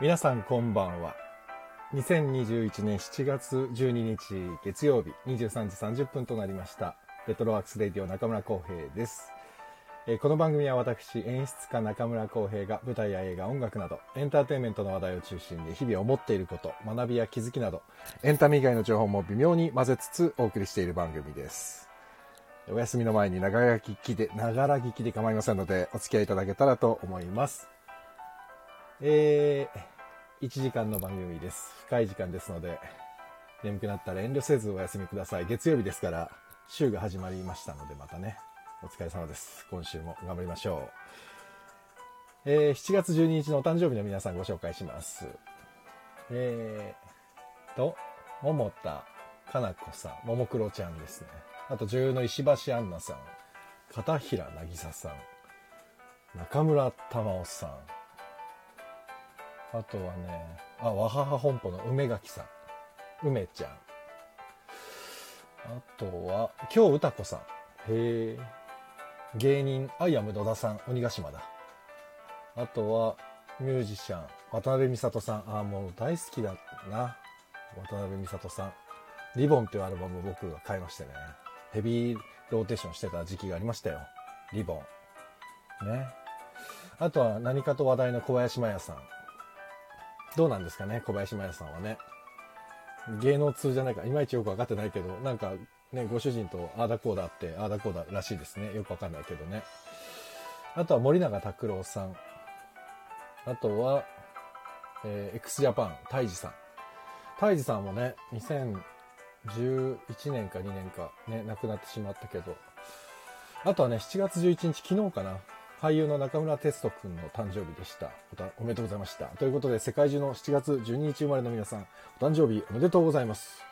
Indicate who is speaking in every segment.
Speaker 1: 皆さんこんばんは2021年7月12日月曜日23時30分となりましたレトロワークスレディオ中村浩平ですえーこの番組は私演出家中村浩平が舞台や映画音楽などエンターテインメントの話題を中心に日々思っていること学びや気づきなどエンタメ以外の情報も微妙に混ぜつつお送りしている番組ですお休みの前に長ら聞きで、ながら聞きで構いませんので、お付き合いいただけたらと思います。えー、1時間の番組です。深い時間ですので、眠くなったら遠慮せずお休みください。月曜日ですから、週が始まりましたので、またね、お疲れ様です。今週も頑張りましょう。えー、7月12日のお誕生日の皆さんご紹介します。えーと、桃田かな子さん、ももクロちゃんですね。あと女優の石橋アンナさん、片平なぎささん、中村玉緒さん、あとはね、あ、わはは本舗の梅垣さん、梅ちゃん。あとは、京歌子さん。へえ。芸人、アイアム野田さん、鬼ヶ島だ。あとは、ミュージシャン、渡辺美里さん。ああ、もう大好きだな。渡辺美里さん。リボンっていうアルバムを僕が買いましてね。ヘビーローテーションしてた時期がありましたよ。リボン。ね。あとは何かと話題の小林麻也さん。どうなんですかね、小林麻也さんはね。芸能通じゃないから、いまいちよくわかってないけど、なんかね、ご主人とああだこうだあって、ああだこうだらしいですね。よくわかんないけどね。あとは森永卓郎さん。あとは、えー、x ジャパン、タイジさん。タイジさんもね、2011年か2年かね、亡くなってしまったけど、あとはね、7月11日、昨日かな。俳優の中村哲人くんの誕生日でしたおた。おめでとうございました。ということで、世界中の7月12日生まれの皆さん、お誕生日おめでとうございます。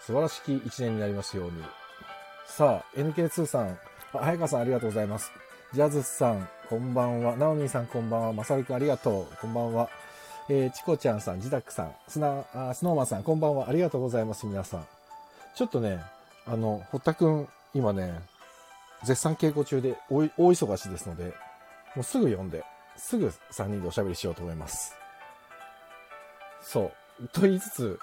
Speaker 1: 素晴らしき1年になりますように。さあ、NK2 さん、あ早川さんありがとうございます。ジャズさん、こんばんは。ナオミンさん、こんばんは。まさるくん、ありがとう。こんばんは。えー、チコちゃんさん、ジダックさん、スナあスノーマンさん、こんばんは。ありがとうございます、皆さん。ちょっとね、あの、堀田くん、今ね、絶賛稽古中で大い大忙しですので、もうすぐ読んで、すぐ3人でおしゃべりしようと思います。そう。と言いつつ、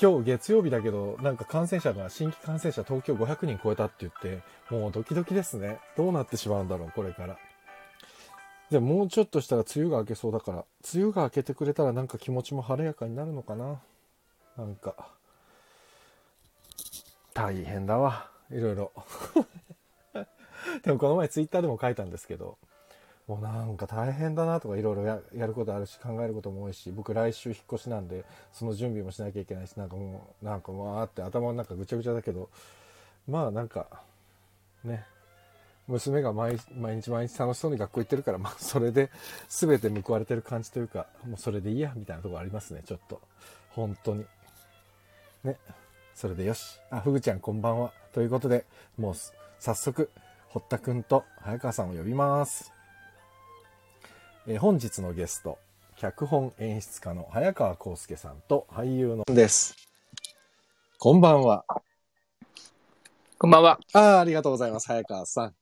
Speaker 1: 今日月曜日だけど、なんか感染者が、新規感染者東京500人超えたって言って、もうドキドキですね。どうなってしまうんだろう、これから。でももうちょっとしたら梅雨が明けそうだから、梅雨が明けてくれたらなんか気持ちも晴れやかになるのかな。なんか、大変だわ。いろいろ。 でもこの前ツイッターでも書いたんですけど、もうなんか大変だなとかいろいろややることあるし考えることも多いし、僕来週引っ越しなんで、その準備もしなきゃいけないし、なんかもう、なんかわーって頭の中ぐちゃぐちゃだけど、まあなんか、ね、娘が毎毎日毎日楽しそうに学校行ってるから、まあそれで全て報われてる感じというか、もうそれでいいや、みたいなところありますね、ちょっと。本当に。ね。それでよし。あ、ふぐちゃんこんばんは。ということで、もうす早速、堀田くんと早川さんを呼びます。えー本日のゲスト、脚本演出家の早川康介さんと俳優のです。こんばんは。
Speaker 2: こんばんは。
Speaker 1: ああ、ありがとうございます、早川さん。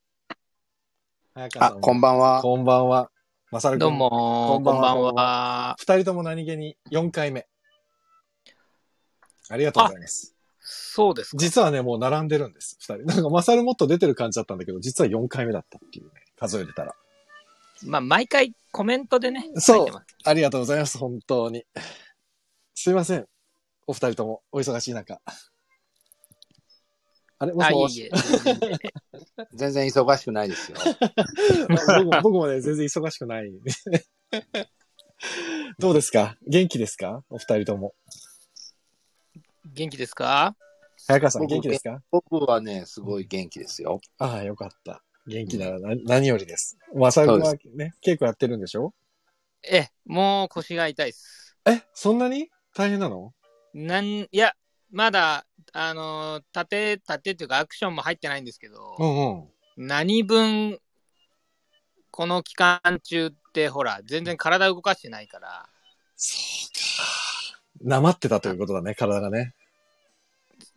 Speaker 1: 早川
Speaker 3: あ、
Speaker 1: さんも、
Speaker 3: こんばんは。
Speaker 1: こんばんは。まさるくん。
Speaker 2: どうも
Speaker 1: こんば
Speaker 2: こ
Speaker 1: ん
Speaker 2: ん
Speaker 1: は
Speaker 2: ばんは。
Speaker 1: 二人とも何気に4回目。ありがとうございます。
Speaker 2: そうですか。
Speaker 1: 実はね、もう並んでるんです、二人。なんか、マサルもっと出てる感じだったんだけど、実は4回目だったっていうね、数えてたら。
Speaker 2: まあ、毎回コメントでね、
Speaker 1: そう
Speaker 2: 書いてます。
Speaker 1: ありがとうございます、本当に。すいません。お二人とも、お忙しい中。あれも
Speaker 2: あ、
Speaker 1: し
Speaker 2: い
Speaker 1: も
Speaker 2: え
Speaker 1: し
Speaker 2: いえ。
Speaker 3: 全然忙しくないですよ。
Speaker 1: 僕も僕もね、全然忙しくない。 どうですか元気ですかお二人とも。
Speaker 2: 元気ですか
Speaker 1: 早川さん、
Speaker 3: 僕
Speaker 1: 元気ですか
Speaker 3: 僕はね、すごい元気ですよ。
Speaker 1: ああ、よかった。元気なら何何よりです。まさるくんはね、稽古やってるんでしょ
Speaker 2: ええ、もう腰が痛いです。
Speaker 1: え、そんなに大変なの
Speaker 2: なん、いや、まだ、あのー、縦、縦っていうかアクションも入ってないんですけど、
Speaker 1: んうん。
Speaker 2: 何分、この期間中って、ほら、全然体動かしてないから、
Speaker 1: なまってたということだね、体がね。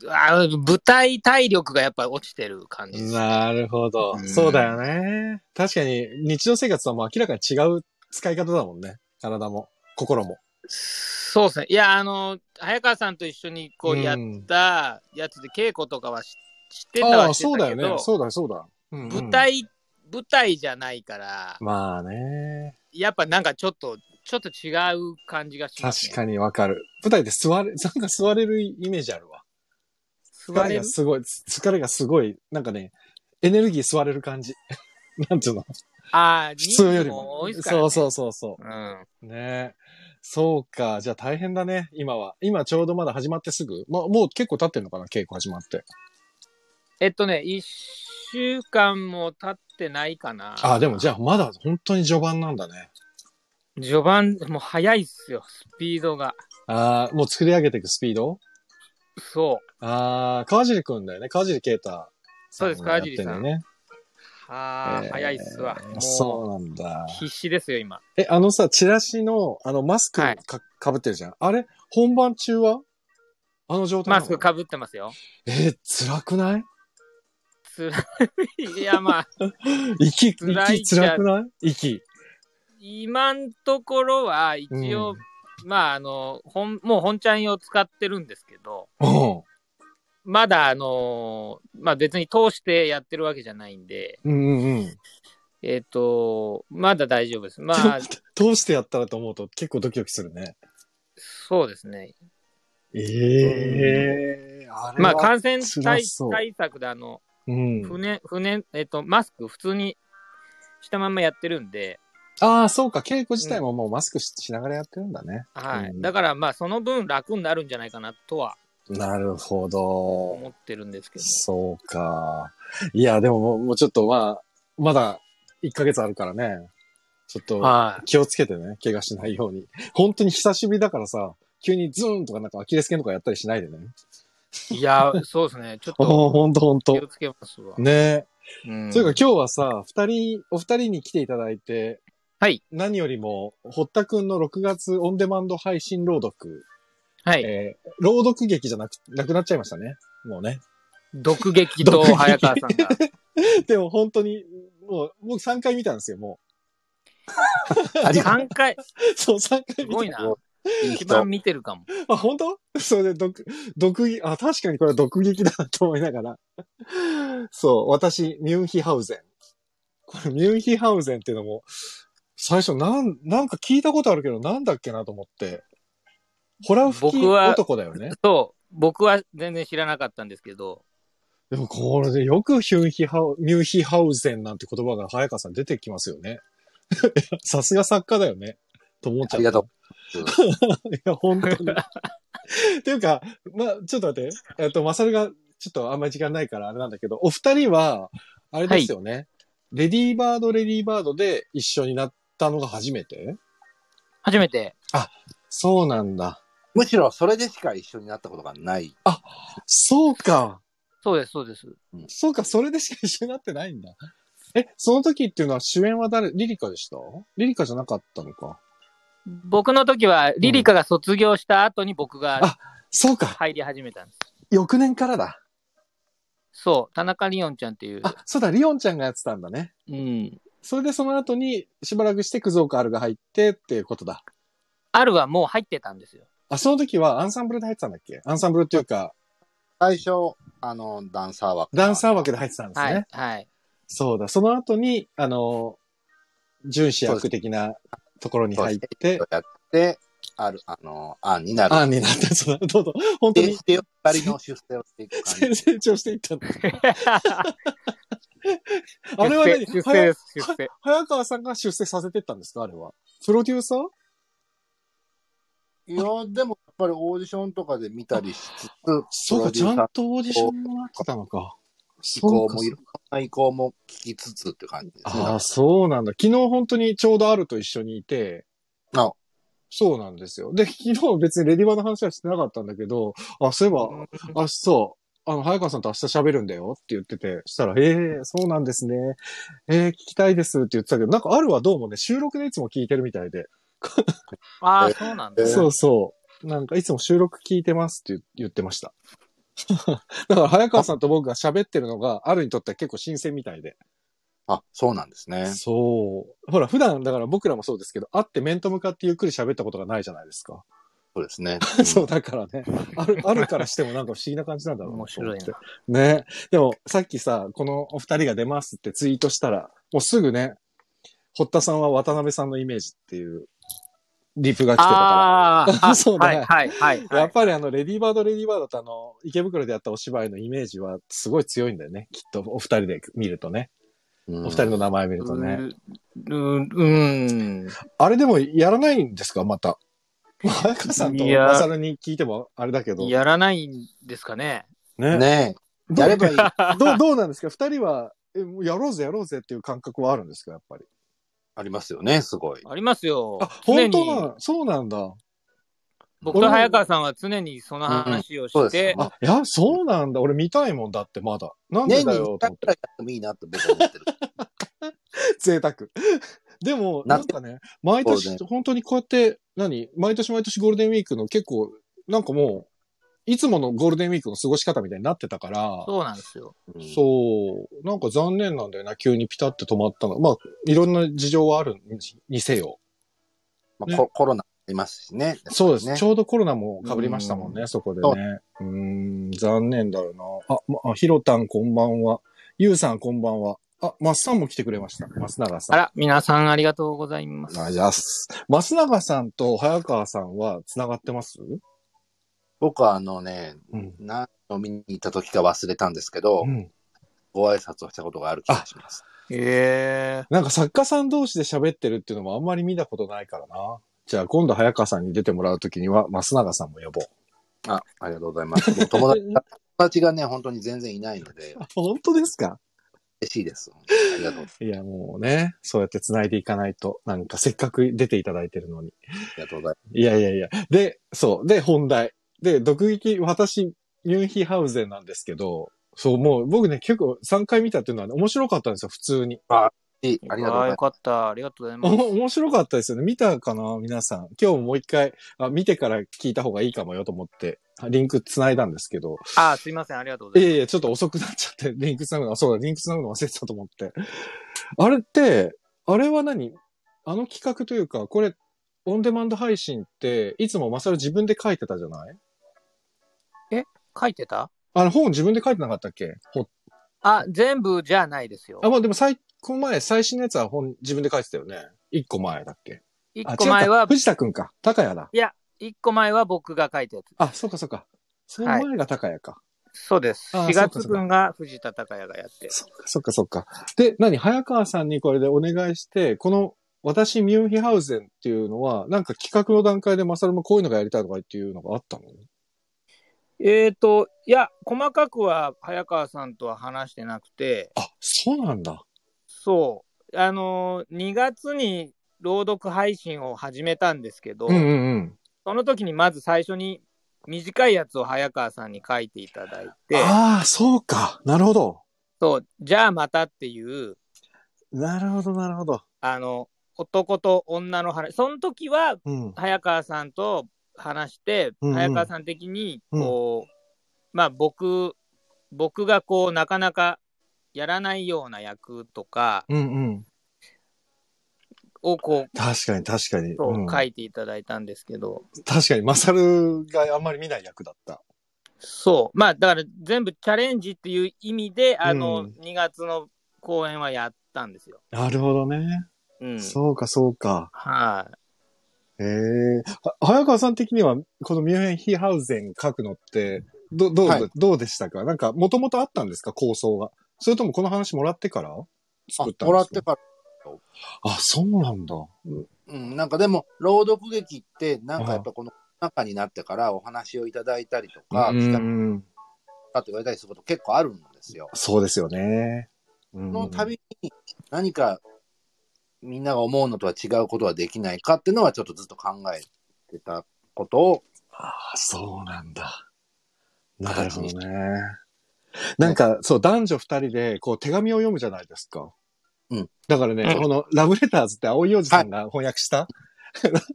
Speaker 2: あ舞台体力がやっぱ落ちてる感じです。
Speaker 1: なるほど
Speaker 3: うん
Speaker 1: そうだよね。確かに、日常生活とはもう明らかに違う使い方だもんね。体も、心も。
Speaker 2: そうですね。いや、あの、早川さんと一緒にこうやっ
Speaker 1: ん
Speaker 2: たやつで稽古とかはし知ってた
Speaker 1: あ
Speaker 2: は
Speaker 1: あ、
Speaker 2: 知っ
Speaker 1: そう
Speaker 2: てた
Speaker 1: だ
Speaker 2: け
Speaker 1: よ
Speaker 2: ど、
Speaker 1: ね。そうだ、そうだ。うんうん
Speaker 2: 舞。台、舞台じゃないから、
Speaker 1: まあね。
Speaker 2: やっぱなんかちょっと、ちょっと違う感じがします、
Speaker 1: 確
Speaker 2: ね。
Speaker 1: かにわかる。舞台で座れ、 なんか座れるイメージあるわ。疲
Speaker 2: 座
Speaker 1: れ
Speaker 2: れ
Speaker 1: が
Speaker 2: る
Speaker 1: すごい、疲れがすごい、なんかね、エネルギー吸われる感じ。 なんていうの
Speaker 2: ああ、
Speaker 1: 普通より
Speaker 2: 人数
Speaker 1: も。
Speaker 2: 多いですから、ね。。
Speaker 1: そうそうそうそう
Speaker 2: ん。
Speaker 1: う。ねえそうか。じゃあ大変だね、今は。今ちょうどまだ始まってすぐ。ま、もう結構経ってんのかな、稽古始まって。
Speaker 2: えっとね、一週間も経ってないかな。
Speaker 1: あ、でもじゃあまだ本当に序盤なんだね。
Speaker 2: 序盤、もう早いっすよ、スピードが。
Speaker 1: ああ、もう作り上げていくスピード
Speaker 2: そう。
Speaker 1: ああ、川尻くんだよね。川尻啓太さんが
Speaker 2: そうです川
Speaker 1: や
Speaker 2: 尻
Speaker 1: ってんだよ
Speaker 2: さん
Speaker 1: ね。
Speaker 2: ああ、
Speaker 1: えー
Speaker 2: 早いっすわ。
Speaker 1: そうな
Speaker 2: も
Speaker 1: んだ
Speaker 2: う、。必死ですよ、今。
Speaker 1: え、あのさ、チラシの、あの、マスク
Speaker 2: はい
Speaker 1: か、かぶってるじゃん。あれ、本番中はあの状態な
Speaker 2: マ
Speaker 1: の
Speaker 2: スクかぶってますよ。
Speaker 1: えー、辛くない
Speaker 2: つらい。いや、まあ、
Speaker 1: 息、
Speaker 2: 辛い
Speaker 1: 息辛くない息。
Speaker 2: 今んところは、一応、まあ、あの、本、もう本ちゃん用使ってるんですけど、
Speaker 1: うん。
Speaker 2: まだ、あのーまあ別に通してやってるわけじゃないんで、
Speaker 1: うんうんうん。
Speaker 2: えっ、と、まだ大丈夫です。まあ、
Speaker 1: 通してやったらと思うと結構ドキドキするね。
Speaker 2: そうですね。
Speaker 1: ええー、あれは。
Speaker 2: まあ、感染
Speaker 1: 辛
Speaker 2: 対
Speaker 1: そう
Speaker 2: 対策で、あの、
Speaker 1: うん。
Speaker 2: 船、船、えっ、と、マスク普通にしたまんまやってるんで、
Speaker 1: ああ、そうか。稽古自体ももうマスクし,、ながらやってるんだね。
Speaker 2: はい。
Speaker 1: うん
Speaker 2: だから、まあ、その分楽になるんじゃないかなとは
Speaker 1: なるほど。
Speaker 2: 思ってるんですけど。
Speaker 1: そうか。いや、でももうもうちょっとまあ、まだ1ヶ月あるからね。ちょっと。
Speaker 2: は
Speaker 1: 気をつけてね、怪我しないように。本当に久しぶりだからさ、急にズーンとかなんかアキレス腱とかやったりしないでね。
Speaker 2: い。いや、そうですね。ちょっと
Speaker 1: おー、ほんとほん
Speaker 2: 気
Speaker 1: と
Speaker 2: を。つけますわ。
Speaker 1: ねえ。
Speaker 2: うん
Speaker 1: というか今日はさ、二人、お二人に来ていただいて、
Speaker 2: はい。
Speaker 1: 何よりも、堀田くんの6月オンデマンド配信朗読、
Speaker 2: はい。
Speaker 1: えー、朗読劇じゃなく、なくなっちゃいましたね。もうね。
Speaker 2: 毒劇と
Speaker 1: 毒劇
Speaker 2: 早川さんが。
Speaker 1: でも本当に、もう、僕3回見たんですよ、も
Speaker 3: ありが
Speaker 2: 3回、
Speaker 1: う。そう、3回見た。
Speaker 2: すごいな。
Speaker 3: いい
Speaker 2: 一番
Speaker 3: 人。
Speaker 2: 見てるかも。
Speaker 1: あ、本当 それで、毒、毒劇、あ、確かにこれは毒劇だなと思いながら。そう、私、ミュンヒハウゼン。これ、ミュンヒハウゼンっていうのも、最初、なん、なんか聞いたことあるけど、なんだっけなと思って。ホラ吹き
Speaker 2: 僕は
Speaker 1: 男だよね。
Speaker 2: そう。僕は全然知らなかったんですけど、
Speaker 1: でも、これでよくヒュンヒハウ、ミュンヒハウゼンなんて言葉が早川さん出てきますよね。 さすが作家だよね。と思っちゃった
Speaker 3: ありがとう。
Speaker 1: いや、本当に。 っていうか、まあ、ちょっと待って。えっと、マサルが、ちょっとあんまり時間ないからあれなんだけど、お二人は、あれですよね。レディーバード、レディーバードで一緒になったのが初めて
Speaker 2: 初めて、
Speaker 1: そうなんだ。
Speaker 3: むしろそれでしか一緒になったことがない。
Speaker 1: そうか。
Speaker 2: そうです、そうです。
Speaker 1: そうか、それでしか一緒になってないんだ。え、その時っていうのは主演は誰リリカでしたリリカじゃなかったのか。
Speaker 2: 僕の時は、リリカが卒業した後に僕
Speaker 1: あ
Speaker 2: が
Speaker 1: そうか。
Speaker 2: 入り始めたんです。
Speaker 1: 翌年からだ。
Speaker 2: そう、田中リオンちゃんっていう。
Speaker 1: あ、そうだ、リオンちゃんがやってたんだね。
Speaker 2: うん。
Speaker 1: それでその後に、しばらくして、クゾーカールが入ってっていうことだ。
Speaker 2: あるはもう入ってたんですよ。
Speaker 1: あ、その時はアンサンブルで入ってたんだっけアンサンブルっていうか、
Speaker 3: 最初、あの、ダンサー枠。
Speaker 1: ダンサー枠
Speaker 3: で。
Speaker 1: で入ってたんですね。
Speaker 2: はい。はい。
Speaker 1: そうだ。その後に、あの、巡視役的なところに入って、
Speaker 3: やって、ある、あの、案になる。
Speaker 1: アンになって、そうだ。どうぞ。本当
Speaker 3: で、
Speaker 1: に
Speaker 3: してよ、二人の出世をしていく感じ。
Speaker 1: 成長していったん だ。 あれは何
Speaker 2: 出世出世
Speaker 1: 早
Speaker 2: です、出世。
Speaker 1: 早川さんが出世させてったんですかあれは。プロデューサー
Speaker 3: いや、でもやっぱりオーディションとかで見たりしつつ、
Speaker 1: そうか、
Speaker 3: プ
Speaker 1: ち
Speaker 3: ロ
Speaker 1: ゃ
Speaker 3: デューサー
Speaker 1: んとオーディションもなってたのか。
Speaker 3: 意
Speaker 1: そう
Speaker 3: 向
Speaker 1: か
Speaker 3: もいろんな意向も聞きつつって感じですね。
Speaker 1: ああ、そうなんだ。昨日本当にちょうどあると一緒にいて、
Speaker 3: あ
Speaker 1: そうなんですよ。で、昨日別にレディバの話はしてなかったんだけど、あ、そういえば、あ、そう、あの、早川さんと明日喋るんだよって言ってて、したら、ええそうなんですね。ええ聞きたいですって言ってたけど、なんかあるはどうもね、収録でいつも聞いてるみたいで。
Speaker 2: ああ、そうなんだ。
Speaker 3: えー
Speaker 1: そうそう。なんかいつも収録聞いてますって言言ってました。 だから早川さんと僕が喋ってるのが、あるにとっては結構新鮮みたいで。
Speaker 3: あ、そうなんですね。
Speaker 1: そう。ほら、普段、だから僕らもそうですけど、会って面と向かってゆっくり喋ったことがないじゃないですか。
Speaker 3: そうですね。
Speaker 1: そう、だからね。ある、あるからしてもなんか不思議な感じなんだろうな
Speaker 2: 面白いな
Speaker 1: と思ってね。でも、さっきさ、このお二人が出ますってツイートしたら、もうすぐね、堀田さんは渡辺さんのイメージっていう、リプが来てたから。
Speaker 2: あー あ、
Speaker 1: そうだね
Speaker 2: はい、はい、はい。
Speaker 1: やっぱりあの、レディーバード、レディーバードってあの、池袋でやったお芝居のイメージはすごい強いんだよね。きっと、お二人で見るとね。
Speaker 3: うん、
Speaker 1: お二人の名前見るとね。
Speaker 2: うーうん。
Speaker 1: あれでもやらないんですかまた。前川さんと
Speaker 2: いや
Speaker 1: マサルに聞いてもあれだけど。
Speaker 2: やらないんですかね。
Speaker 1: ね
Speaker 3: ねえ。やればいい。あ
Speaker 1: どう、どうなんですか二人は、え、もうやろうぜやろうぜっていう感覚はあるんですかやっぱり。
Speaker 3: りますよね、すごい。
Speaker 2: ありますよ。
Speaker 1: あ、
Speaker 2: 常
Speaker 1: 本当
Speaker 2: に、
Speaker 1: だ。そうなんだ。
Speaker 2: 僕と早川さんは常にその話を
Speaker 3: そう
Speaker 2: して
Speaker 3: です、ね
Speaker 1: あ、いや、そうなんだ。俺見たいもんだって、まだ。なんで
Speaker 3: 年に
Speaker 1: だよ、と
Speaker 3: 1回
Speaker 1: 思っ
Speaker 3: く
Speaker 1: て
Speaker 3: らいやってもいいなって僕は思ってる。
Speaker 1: 贅沢。 でも、
Speaker 3: な
Speaker 1: なんかね、毎
Speaker 3: そう
Speaker 1: 年
Speaker 3: ね、
Speaker 1: 本当にこうやって、何毎年毎年ゴールデンウィークの結構、なんかもう、いつものゴールデンウィークの過ごし方みたいになってたから、
Speaker 2: そうなんですよ。
Speaker 3: うん
Speaker 1: そう、なんか残念なんだよな、急にピタって止まったの。まあ、いろんな事情はあるにせよ。
Speaker 3: まあ
Speaker 1: ね
Speaker 3: ココロナありますしね。
Speaker 1: そうですね。
Speaker 3: ね
Speaker 1: ち。ょうどコロナも被りましたもんね、そこで
Speaker 3: そう
Speaker 1: ね。うーん、残念だよな。あ、ま、あひろたんこんばんは。ゆうさんこんばんは。あ、まっさんも来てくれました。松永さ
Speaker 2: あ
Speaker 1: ん。
Speaker 2: ら、皆さんありがとうございます。
Speaker 1: あ、じゃあ、す松永さんと早川さんは繋がってます
Speaker 3: 僕はあのね、
Speaker 1: うん。
Speaker 3: 何飲みに行った時か忘れたんですけど、
Speaker 1: うん。
Speaker 3: ご挨拶をしたことがある気がします。
Speaker 2: ええ
Speaker 1: なんか作家さん同士で喋ってるっていうのもあんまり見たことないからな。じゃあ今度早川さんに出てもらうときには、松永さんも呼ぼう。
Speaker 3: あ、ありがとうございます。もう友 達友達がね、本当に全然いないので、
Speaker 1: 本当ですか
Speaker 3: 嬉しいです。ありがとう。あ
Speaker 1: いや、もうね、そうやって繋いでいかないと、なんかせっかく出ていただいてるのに。
Speaker 3: りがとうござい
Speaker 1: いやいやいや。で、そう。で、本題。で、毒劇、私、ミュンヒハウゼンなんですけど、そう、もう僕ね、結構3回見たっていうのはね、面白かったんですよ、普通に。
Speaker 3: ます。ありがとうござい
Speaker 2: よ
Speaker 3: ま
Speaker 2: かった。ありがとうござい
Speaker 1: お
Speaker 2: ます。
Speaker 1: 面白かったですよね。見たかな皆さん。今日もう一回あ、見てから聞いた方がいいかもよと思って、リンク繋いだんですけど、
Speaker 2: あ、すいません。ありがとうござ
Speaker 1: い
Speaker 2: い
Speaker 1: や
Speaker 2: ます。
Speaker 1: いや、ちょっと遅くなっちゃって、 リンク繋ぐの、あそうだ、リンク繋ぐの忘れてたと思って。あれって、あれは何あの企画というか、これ、オンデマンド配信って、いつもマサル自分で書いてたじゃない
Speaker 2: 書いてた
Speaker 1: あの本自分で書いてなかったっけほ
Speaker 2: あ、全部じゃないですよ
Speaker 1: あ、。まあでも最、この前、最新のやつは本自分で書いてたよね。一個前だっけ
Speaker 2: 一
Speaker 1: あ
Speaker 2: 個前
Speaker 1: 違うか
Speaker 2: は、
Speaker 1: 藤田くんか。高谷だ。
Speaker 2: 一個前は僕が書いたやつ。
Speaker 1: あ、そうかそうか。その前が高谷か。
Speaker 2: そうです。
Speaker 1: あ
Speaker 2: 4
Speaker 1: そうか
Speaker 2: 月
Speaker 1: そうか
Speaker 2: 分が藤田孝也がやって。
Speaker 1: そっかそっかそっか。で、何早川さんにこれでお願いして、この、私、ミュンヒハウゼンっていうのは、なんか企画の段階でマサルもこういうのがやりたいとかっていうのがあったの
Speaker 2: えっ、と、いや、細かくは早川さんとは話してなくて、
Speaker 1: あ、そうなんだ。
Speaker 2: そう、あのー、2月に朗読配信を始めたんですけど、
Speaker 1: うんうんうん。
Speaker 2: その時にまず最初に短いやつを早川さんに書いていただいて、
Speaker 1: ああ、そうか。なるほど。
Speaker 2: そう、じゃあまたっていう、
Speaker 1: なるほど、なるほど。
Speaker 2: あの、男と女の話、その時は
Speaker 1: うん。
Speaker 2: 早川さんと話して、
Speaker 1: うんうん
Speaker 2: 早川さん的にこう、まあ僕僕がこうなかなかやらないような役とか
Speaker 1: うんうん。
Speaker 2: をこ
Speaker 1: 確かに確かに。
Speaker 2: うそう
Speaker 1: うん
Speaker 2: 書いていただいたんですけど、
Speaker 1: 確かに、マサルがあんまり見ない役だった。
Speaker 2: そうまあだから全部チャレンジっていう意味であの、
Speaker 1: うん
Speaker 2: 2月の公演はやったんですよ。
Speaker 1: なるほどね。
Speaker 2: うん、
Speaker 1: そうか、そうか。
Speaker 2: はい、
Speaker 1: ええは早川さん的には、このミュンヘンヒーハウゼン書くのって、ど、どう、
Speaker 3: はい
Speaker 1: どうでしたかなんか、もともとあったんですか構想が。それともこの話もらってから
Speaker 3: す。あ
Speaker 1: 作ったん
Speaker 3: も
Speaker 1: で
Speaker 3: ら
Speaker 1: す
Speaker 3: って
Speaker 1: か
Speaker 3: から。
Speaker 1: あ、そうなんだ。
Speaker 3: うん、なんかでも、朗読劇って、なんかやっぱこの中になってからお話をいただいたりとか、
Speaker 1: う
Speaker 3: 聞かせ
Speaker 1: ん。
Speaker 3: たって言われたりすること結構あるんですよ。
Speaker 1: そうですよね。う
Speaker 3: そ
Speaker 1: ん
Speaker 3: の度に何かみんなが思うのとは違うことはできないかっていうのはちょっとずっと考えてたことを、
Speaker 1: ああ、そうなんだ。なるほどね。なんか、そう、男女二人で、こう、手紙を読むじゃないですか。
Speaker 3: うん。
Speaker 1: だからね、
Speaker 2: うん
Speaker 1: この、ラブレターズって青いおじさんが翻訳した、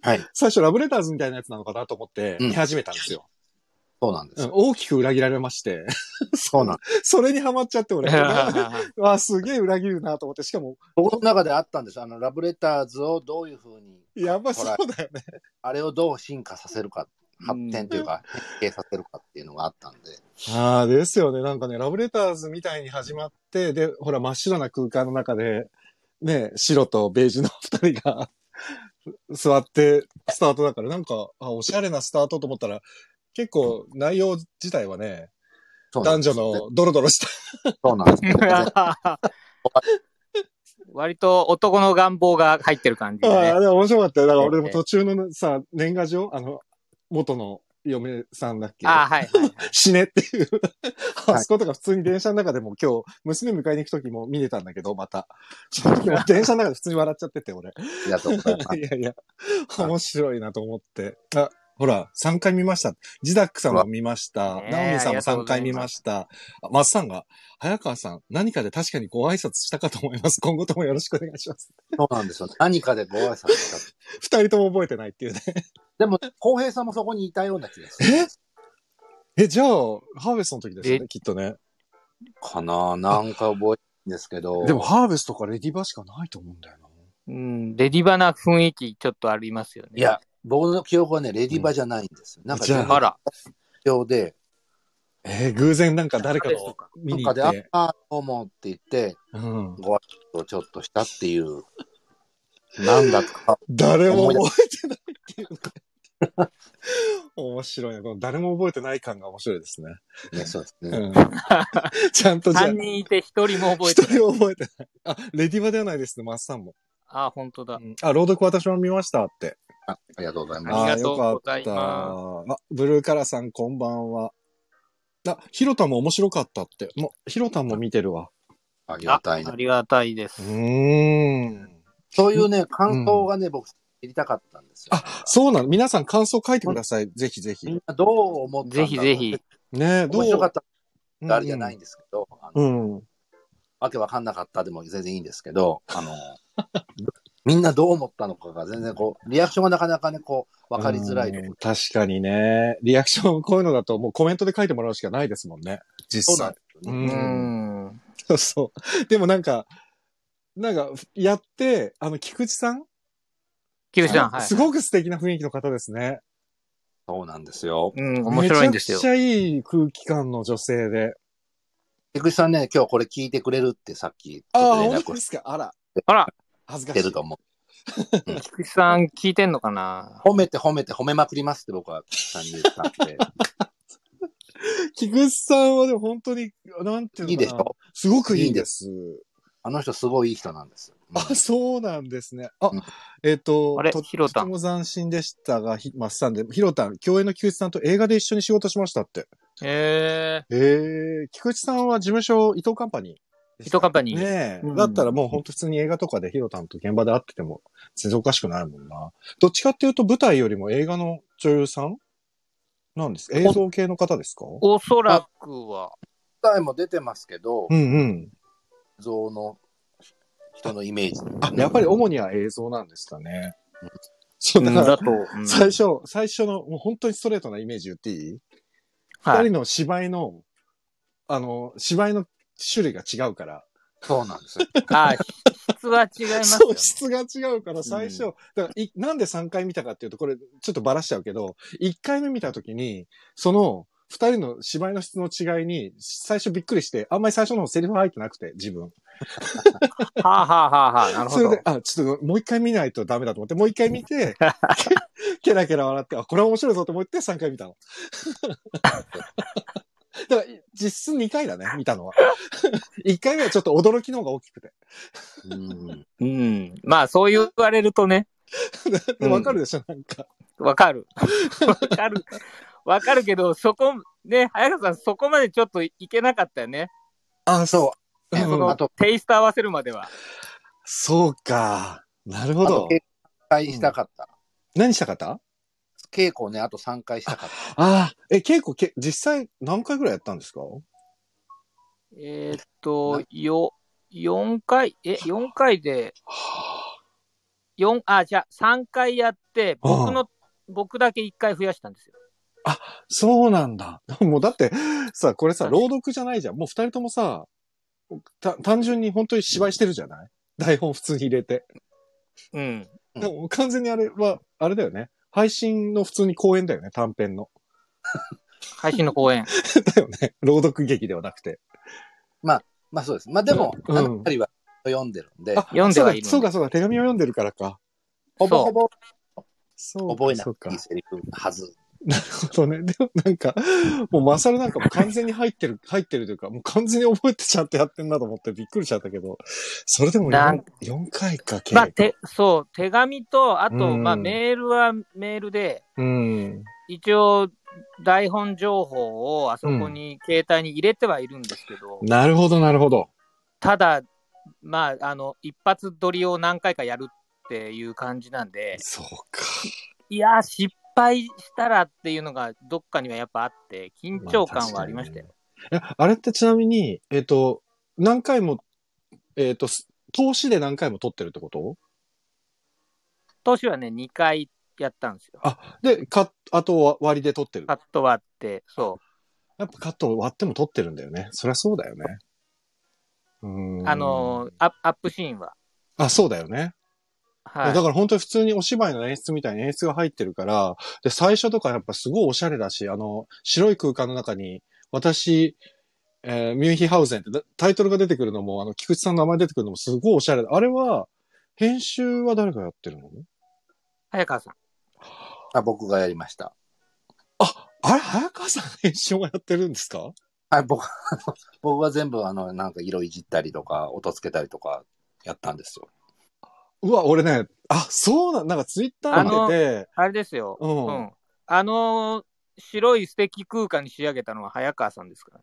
Speaker 3: はい。
Speaker 1: 最初ラブレターズみたいなやつなのかなと思って
Speaker 3: うん
Speaker 1: 見始めたんですよ。
Speaker 3: そうなんです
Speaker 1: うん
Speaker 3: よ。
Speaker 1: 大きく裏切られまして、
Speaker 3: そうなんです。
Speaker 1: それにハマっちゃ って、 俺。わ
Speaker 2: う
Speaker 1: あ、すげえ裏切るなと思って、しかも、
Speaker 3: 僕の中であったんですあの、ラブレターズをどういうふうに、
Speaker 1: やばそうだよね。
Speaker 3: あれをどう進化させるか、
Speaker 2: ん
Speaker 3: 発展というか、変形させるかっていうのがあったんで。
Speaker 1: ああ、ですよね。なんかね、ラブレターズみたいに始まって、で、ほら、真っ白な空間の中で、ね、白とベージュの二人が座ってスタートだから、なんか、あ、おしゃれなスタートと思ったら、結構内容自体はね、
Speaker 3: そうな
Speaker 1: 男
Speaker 3: んです
Speaker 1: 女
Speaker 3: よね
Speaker 1: のドロドロした。
Speaker 3: そうなんですよね。
Speaker 2: 割と男の願望が入ってる感じで
Speaker 1: あ
Speaker 2: ね
Speaker 1: あ、。でも面白かったよ。だから俺も途中のさ、年賀状、あの、元の嫁さんだっけ
Speaker 2: ああ、はいはいはい。
Speaker 1: 死ねっていう。
Speaker 3: い
Speaker 1: あそことか普通に電車の中でも今日、娘迎えに行く時も見れたんだけど、また。その時も電車の中で普通に笑っちゃってて、俺。
Speaker 3: ありがとうございます
Speaker 1: い。やいや、面白いなと思って。あ、ほら、3回見ました。ジダックさんも見ました。
Speaker 2: うわ
Speaker 1: ナオミさんも3回
Speaker 2: ねえ
Speaker 1: 見ました。あマスさんが、早川さん、何かで確かにご挨拶したかと思います。今後ともよろしくお願いします。
Speaker 3: そうなんですよ。何かでご挨拶した。
Speaker 1: 二人とも覚えてないっていうね。
Speaker 3: でも、浩平さんもそこにいたような気がする。
Speaker 1: え、じゃあ、ハーベストの時ですよね、
Speaker 2: え
Speaker 1: きっとね。
Speaker 3: かななんか覚えてるんですけど。
Speaker 1: でも、、ハーベストかレディバーしかないと思うんだよな。
Speaker 2: うん、レディバな雰囲気ちょっとありますよね。
Speaker 3: いや、僕の記憶はね、レディバじゃないんですよ。なんか、
Speaker 1: じゃ
Speaker 2: あら、
Speaker 3: 表で、
Speaker 1: えー偶然なんか誰か
Speaker 2: ハーベスト
Speaker 1: の
Speaker 2: か
Speaker 1: 見
Speaker 3: なん
Speaker 1: に行っ
Speaker 3: かで、あ
Speaker 1: て。
Speaker 3: あ、どうもって言って、
Speaker 1: うん、
Speaker 3: ご挨拶をちょっとしたっていう、なんだか、
Speaker 1: 誰も覚えてないっていうね。面白いね。この誰も覚えてない感が面白いですね。
Speaker 3: ね、そうですね。
Speaker 1: うん、ちゃんとじゃあ、
Speaker 2: 3人いて1人も覚え
Speaker 1: 一
Speaker 2: てない。
Speaker 1: 人覚えてない。あ、レディバではないですね、マスさんも。
Speaker 2: ああ、本当だ
Speaker 1: う。んあ、朗読私も見ましたって。
Speaker 3: あありがとうございます。
Speaker 2: ありがとうございます
Speaker 1: あよかったあ、ブルーカラさんこんばんは。あ、ヒロタも面白かったって。もう、ヒロタも見てるわ。
Speaker 3: あり
Speaker 2: あ
Speaker 3: がたいな
Speaker 2: あ。りがたいで
Speaker 1: う
Speaker 2: す。
Speaker 1: ーん。
Speaker 3: そういうね、感想がね、僕、知りたかったんですよ。
Speaker 1: そうなの。皆さん感想書いてください。ぜひぜひ
Speaker 3: み。んなどう思ったんだろ
Speaker 2: ぜ
Speaker 3: う
Speaker 2: ひぜひ。
Speaker 1: ねどう
Speaker 3: 面白かった
Speaker 1: う
Speaker 3: ってあれじゃないん
Speaker 1: ん
Speaker 3: ですけど、あの
Speaker 1: うん。うん
Speaker 3: わけわかんなかったでも全然いいんですけど、あの、 みんなどう思ったのかが全然こう、リアクションがなかなかね、こう、わかりづらいとこ
Speaker 1: う
Speaker 3: ろ
Speaker 1: ん確かにね。リアクション、こういうのだともうコメントで書いてもらうしかないですもんね。
Speaker 3: そ
Speaker 1: 実
Speaker 3: うなん
Speaker 1: 際
Speaker 3: で。
Speaker 1: う。
Speaker 3: すよね。
Speaker 2: うんん。
Speaker 1: そうそう。でもなんか、なんか、やって、あの、菊池さん
Speaker 2: キルさん、はい。
Speaker 1: すごく素敵な雰囲気の方ですね。
Speaker 3: そうなんですよ。
Speaker 2: うん、面白いんですよ
Speaker 1: めち。ゃくちゃいい空気感の女性で。
Speaker 3: 菊池さんね、今日これ聞いてくれるってさっき、
Speaker 1: あ
Speaker 3: ち
Speaker 1: あ、
Speaker 3: ょっと連
Speaker 1: 本
Speaker 3: 絡
Speaker 1: 当
Speaker 3: を
Speaker 1: で
Speaker 3: し
Speaker 1: すか。あら。
Speaker 2: あら。
Speaker 1: 恥ずか
Speaker 3: て
Speaker 1: し
Speaker 3: る
Speaker 1: い
Speaker 3: と。思
Speaker 2: 菊池さん聞いてんのかな
Speaker 3: う。褒めて褒めて褒めまくりますって僕は菊池さんに言 ったんで。
Speaker 1: 菊池さんはでも本当に、なんていうのかない
Speaker 3: いでしょ
Speaker 1: すごくいいんです。
Speaker 3: あの人すごいいい人なんですよ。うん
Speaker 1: あ、そうなんですね。あ
Speaker 3: うん、
Speaker 1: えっ、と、
Speaker 2: あれ
Speaker 1: と
Speaker 2: ヒロタン
Speaker 1: とても斬新でしたが、ひまっさんで、ヒロタン、共演の菊池さんと映画で一緒に仕事しましたって。
Speaker 2: え
Speaker 1: ええ菊池さんは事務所、伊藤カンパニー。
Speaker 2: ー、ヒトカンパニー。
Speaker 1: ねえ、
Speaker 2: うん
Speaker 1: だったらもう本当普通に映画とかでヒロタンと現場で会ってても全然おかしくないもんな。どっちかっていうと舞台よりも映画の女優さんなんです映像系の方ですか
Speaker 2: おそらくは。
Speaker 3: 答えも出てますけど
Speaker 1: う、んうん。
Speaker 3: 像の人のイメージ。
Speaker 1: あ、やっぱり主には映像なんですかね。そううんだから、
Speaker 2: だと。うん
Speaker 1: 最初、最初の、もう本当にストレートなイメージ言っていい二、
Speaker 2: はい。
Speaker 1: 人の芝居の、あの、芝居の種類が違うから。
Speaker 3: そうなんですよ。
Speaker 2: あー質は違います
Speaker 1: そ
Speaker 2: よ
Speaker 1: う、。質が違うから最初、だからいなんで3回見たかっていうと、これちょっとバラしちゃうけど、1回目見たときに、その、二人の芝居の質の違いに、最初びっくりして、あんまり最初の方セリフ入ってなくて、自分。
Speaker 2: はあ、はあはあはあ、なるほ
Speaker 1: それ
Speaker 2: ど
Speaker 1: で。、あ、ちょっともう一回見ないとダメだと思って、もう一回見て、ケラケラ笑って、あ、これは面白いぞと思って3回見たの。だから、実質2回だね、見たのは。1回目はちょっと驚きの方が大きくて。
Speaker 3: うん
Speaker 2: うん。まあ、そう言われるとね、
Speaker 1: でわかるでしょ、なんか。
Speaker 2: わ かる。わかる。わかるけど、そこ、ね、早川さん、そこまでちょっといけなかったよね。
Speaker 1: あ、そう
Speaker 2: そ
Speaker 1: うん
Speaker 2: の
Speaker 3: あと、
Speaker 2: テイスト合わせるまでは。
Speaker 1: そうか。なる
Speaker 3: あ
Speaker 1: ほ
Speaker 3: と
Speaker 1: ど。
Speaker 3: 警戒したかった。
Speaker 1: 何したかった
Speaker 3: 稽古をね、あと3回したかった。
Speaker 1: ああ、え、稽古け、実際何回ぐらいやったんですか
Speaker 2: えーっと、よ、4回、え、四回で、四あ、じゃあ3回やって、僕の、僕だけ1回増やしたんですよ。
Speaker 1: そうなんだ。 もうだって、さ、これさ、
Speaker 2: 確か
Speaker 1: 朗読じゃないじゃん。もう二人ともさ、た単純に本当に芝居してるじゃない台本普通に入れて。
Speaker 2: うん。
Speaker 3: うん
Speaker 1: でも完全にあれは、あれだよね。配信の普通に公演だよね、短編の。
Speaker 2: 配信の 公演。
Speaker 1: だよね。朗読劇ではなくて。
Speaker 3: まあそうです。まあでも、
Speaker 1: うん
Speaker 3: あの二人は読んでるんで、
Speaker 2: 読んではいるんで
Speaker 1: そうか、そうか、そうか手紙を読んでるからか。
Speaker 3: ほぼほぼ
Speaker 1: そうか
Speaker 3: 覚えな
Speaker 1: そう
Speaker 3: く
Speaker 1: か
Speaker 3: ていいセリフはず。
Speaker 1: そうね。でもなんか、もうマサルなんかもう完全に入ってる、入ってるというか、もう完全に覚えてちゃんとやってんなと思ってびっくりしちゃったけど、それでも
Speaker 2: なん
Speaker 1: 4, 四回か、計
Speaker 2: まあ、て、そう、手紙と、あと、
Speaker 1: うん
Speaker 2: まあ、メールはメールで、
Speaker 1: うん。
Speaker 2: 一応、台本情報をあそこに、携帯に入れてはいるんですけど、
Speaker 1: なるほど、なるほど。
Speaker 2: ただ、まあ、あの、一発撮りを何回かやるっていう感じなんで、
Speaker 1: そうか。
Speaker 2: いやー、失敗したらっていうのが、どっかにはやっぱあって、緊張感はありましたよ。
Speaker 1: いや、あれってちなみに、えっ、と、何回も、えっ、と、す投資で何回も撮ってるってこと
Speaker 2: 当初はね、2回やったんですよ。
Speaker 1: あ、で、カあとは割りで撮ってる。
Speaker 2: カット割って、そう。
Speaker 1: やっぱカット割っても撮ってるんだよね。そりゃそうだよね。うーん。
Speaker 2: あのー、アアップシーンは。
Speaker 1: あ、そうだよね。
Speaker 2: はい。
Speaker 1: だから本当に普通にお芝居の演出みたいに演出が入ってるから、で、最初とかやっぱすごいおしゃれだし、あの、白い空間の中に、私、えーミュンヒハウゼンってだタイトルが出てくるのも、あの、菊池さんの名前出てくるのもすごいおしゃれだ。あれは、編集は誰がやってるの
Speaker 2: 早川さん。
Speaker 3: あ僕がやりました。
Speaker 1: あ、あれ、早川さんが編集をやってるんですか
Speaker 3: はい、僕、 あの僕は全部、あの、なんか色いじったりとか、音つけたりとか、やったんですよ。
Speaker 1: うわ、俺ね、あ、そうなん、なんかツイッター見てて、
Speaker 2: あれですよ。
Speaker 1: うん
Speaker 2: うん。あのー白い素敵空間に仕上げたのは早川さんですから。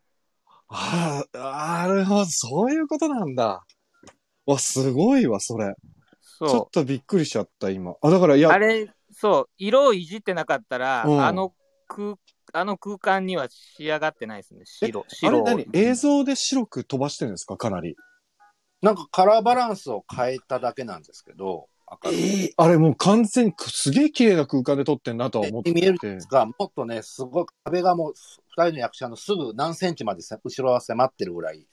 Speaker 1: ああ、なるほど、そういうことなんだ。わ、すごいわ、それ。ちょっ
Speaker 2: そ。
Speaker 1: とびっくりしちゃった、今。あ、だから、いうや、
Speaker 2: あれ、そう、色をいじってなかったら、
Speaker 1: うん
Speaker 2: あの空、あの空間には仕上がってないですね。白、
Speaker 1: あ
Speaker 2: 白
Speaker 1: れ
Speaker 2: を。
Speaker 1: 何映像で白く飛ばしてるんですかかなり。
Speaker 3: なんかカラーバランスを変えただけなんですけど、明る
Speaker 1: えあれもう完全にすげえ綺麗な空間で撮ってんなとは思っ
Speaker 3: く
Speaker 1: て。
Speaker 3: 見えるんですが、もっとね、すごい壁がもう、二人の役者のすぐ何センチまでさ後ろは迫ってるぐらい、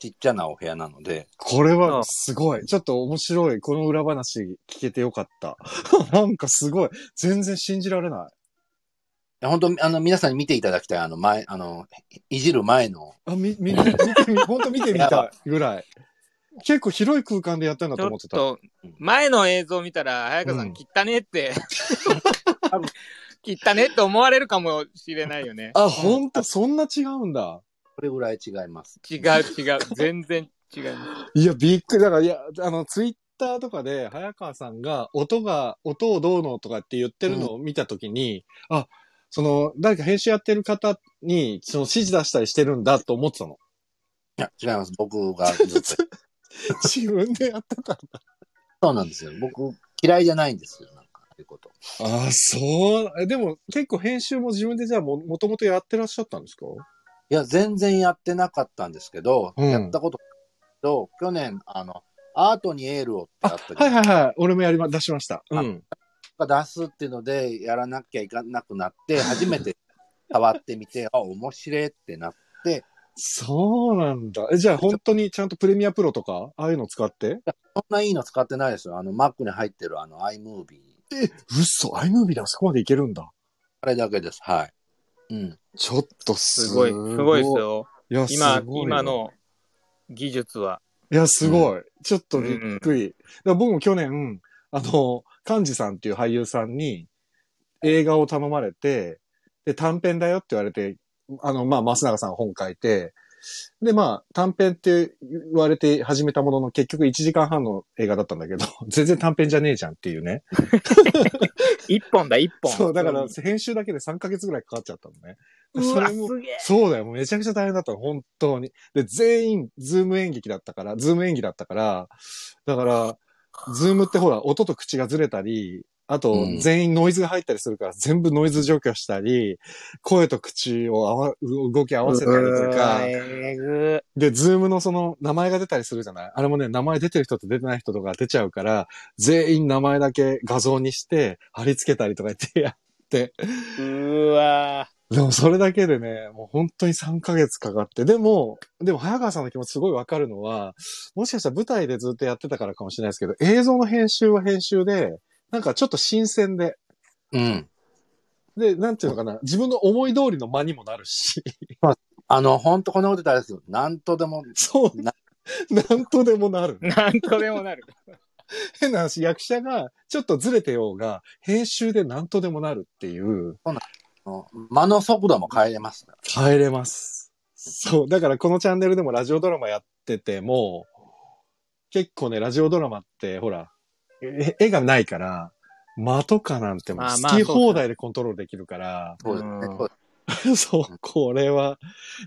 Speaker 3: ちっちゃなお部屋なので、
Speaker 1: これ
Speaker 2: う
Speaker 1: は
Speaker 2: ん
Speaker 1: すごい。ちょっと面白い。この裏話聞けてよかった。 なんかすごい。全然信じられない
Speaker 3: や本当あの、皆さんに見ていただきたい、あの、前、あの、いいじる前の、。
Speaker 1: あ、み、み、見てみ、ほんと見てみたいぐらい。結構広い空間でやってんだ
Speaker 2: ち
Speaker 1: と
Speaker 2: ょ
Speaker 1: 思
Speaker 2: っ
Speaker 1: ってた。
Speaker 2: と
Speaker 3: うん、
Speaker 2: 前の映像見たら、早川さ、
Speaker 1: うんん
Speaker 2: 切ったねって、 切ったねって思われるかもしれないよね。
Speaker 1: あ、ほんと、そんな違うんだ。
Speaker 3: これぐらい違います。
Speaker 2: 違う違う。全然違います。
Speaker 1: いや、びっくり。だから、いや、あの、ツイッターとかで、早川さんが、音が、音をどうのとかって言ってるのを見たときに、あ、その、誰か編集やってる方に、その指示出したりしてるんだと思ってたの。
Speaker 3: いや、違います。僕がずっと。
Speaker 1: 自分でやってた。
Speaker 3: そうなんですよ。僕、嫌いじゃないんですよ。なんか、ということ。
Speaker 1: あ、そう。えでも、結構編集も自分でじゃあも、もともとやってらっしゃったんですか
Speaker 3: いや、全然やってなかったんですけど、
Speaker 1: うん
Speaker 3: やったことと、去年、あの、アートにエールをってあったり
Speaker 1: はいはいはい。俺もやりま、出しました。うん。
Speaker 3: 出すっていうので、やらなきゃいかなくなって、初めて触ってみて、あ、 面白いってなって、
Speaker 1: そうなんだ。えじゃあ、本当にちゃんとプレミアプロとか、ああいうの使って
Speaker 3: そんないいの使ってないですよ。あの、Mac に入ってるあの iMovie。
Speaker 1: 嘘、iMovie でもそこまでいけるんだ。
Speaker 3: あれだけです。はい。うん。
Speaker 1: ちょっとす
Speaker 2: すごい、すごいです。よ。
Speaker 1: いや、
Speaker 2: 今
Speaker 1: す、ごいよ
Speaker 2: 今。の技術は。
Speaker 1: いや、すごい。ちょっとびっくり。だから僕も去年、あの、幹事さんっていう俳優さんに映画を頼まれて、で、短編だよって言われて、あの、まあ、増永さん本書いて、で、まあ、短編って言われて始めたものの、結局1時間半の映画だったんだけど、 全然短編じゃねえじゃんっていうね。
Speaker 2: 一本だ、一本。
Speaker 1: そう、だから
Speaker 2: ん
Speaker 1: 編集だけで3ヶ月ぐらいかかっちゃったのね。
Speaker 2: う
Speaker 1: そ
Speaker 2: わ、
Speaker 1: れも
Speaker 2: すげえ。
Speaker 1: そうだよ。もうめちゃくちゃ大変だったの。本当に。で、全員、ズーム演劇だったから、ズーム演技だったから、だから、ズームってほら、音と口がずれたり、あと
Speaker 3: う、ん
Speaker 1: 全員ノイズが入ったりするから、全部ノイズ除去したり、声と口を合わ、動き合わせたりとか、
Speaker 2: えぐ
Speaker 1: で、ズームのその名前が出たりするじゃないあれもね、名前出てる人と出てない人とか出ちゃうから、全員名前だけ画像にして貼り付けたりとか言ってやっって。
Speaker 2: うわ
Speaker 1: でもそれだけでね、もう本当に3ヶ月かかって。でも、でも早川さんの気持ちすごいわかるのは、もしかしたら舞台でずっとやってたからかもしれないですけど、映像の編集は編集で、なんかちょっと新鮮で、
Speaker 3: うん。
Speaker 1: で、なんていうのかな、自分の思い通りの間にもなるし、
Speaker 3: あの、ほんとこんなこと言ったらあれですけど、なんとでも、
Speaker 1: そう、な
Speaker 3: な
Speaker 1: なんとでもなる。
Speaker 2: ーなんとでもなる。
Speaker 1: 変な話、役者がちょっとずれてようが、編集でなんとでもなるっていう、
Speaker 3: あの間の速度も変えれますから。
Speaker 1: 変えれます。そう、だからこのチャンネルでもラジオドラマやってても、結構ね、ラジオドラマって、ほら、え絵がないから、間とかなんてもう
Speaker 2: まあまあ
Speaker 1: 好き放題でコントロールできるから、
Speaker 3: そうですね
Speaker 2: うん
Speaker 3: そうです
Speaker 1: そう、これは。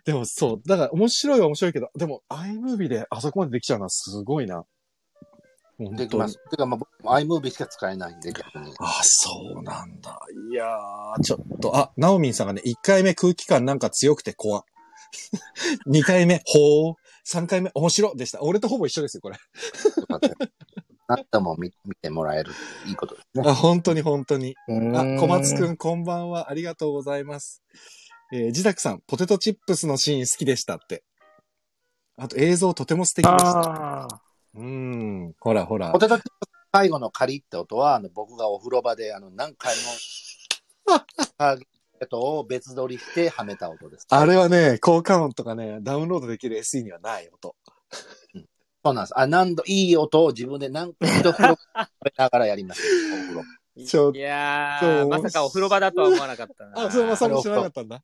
Speaker 1: でもそう、だから面白いは面白いけど、でも iMovie であそこまでできちゃうのはすごいな。本当に
Speaker 3: できます。てか、まあ、僕も iMovie しか使えないんで、逆に。
Speaker 1: あ、そうなんだ。いやー、ちょっと、あ、ナオミンさんがね、1回目空気感なんか強くて怖。2回目、ほー。3回目、面白でした。俺とほぼ一緒ですよ、これ。
Speaker 3: とかってなっても見見てもらえる。いいことですね。
Speaker 1: あ、本当に本当に。あ、小松く
Speaker 2: ん。
Speaker 1: ん、こんばんは。ありがとうございます。えー、自宅さん、ポテトチップスのシーン好きでしたって。あと、映像とても素敵でした。
Speaker 2: ああ。
Speaker 1: うーん、ほらほら
Speaker 3: ポ。テトチップス最後のカリって音は、あの僕がお風呂場であの何回もターゲットを別撮りしてはめた音です。
Speaker 1: あれはね、効果音とかね、ダウンロードできる SE にはない音。
Speaker 3: そうなんです。あ何度いい音を自分で何回も風呂 ながらやりました。お風呂
Speaker 1: ちょ
Speaker 2: いや
Speaker 1: そ
Speaker 2: ー、
Speaker 1: う
Speaker 2: まさかお風呂場だとは思わなかったな。
Speaker 1: あ、そう、まさに知らなかったんだ。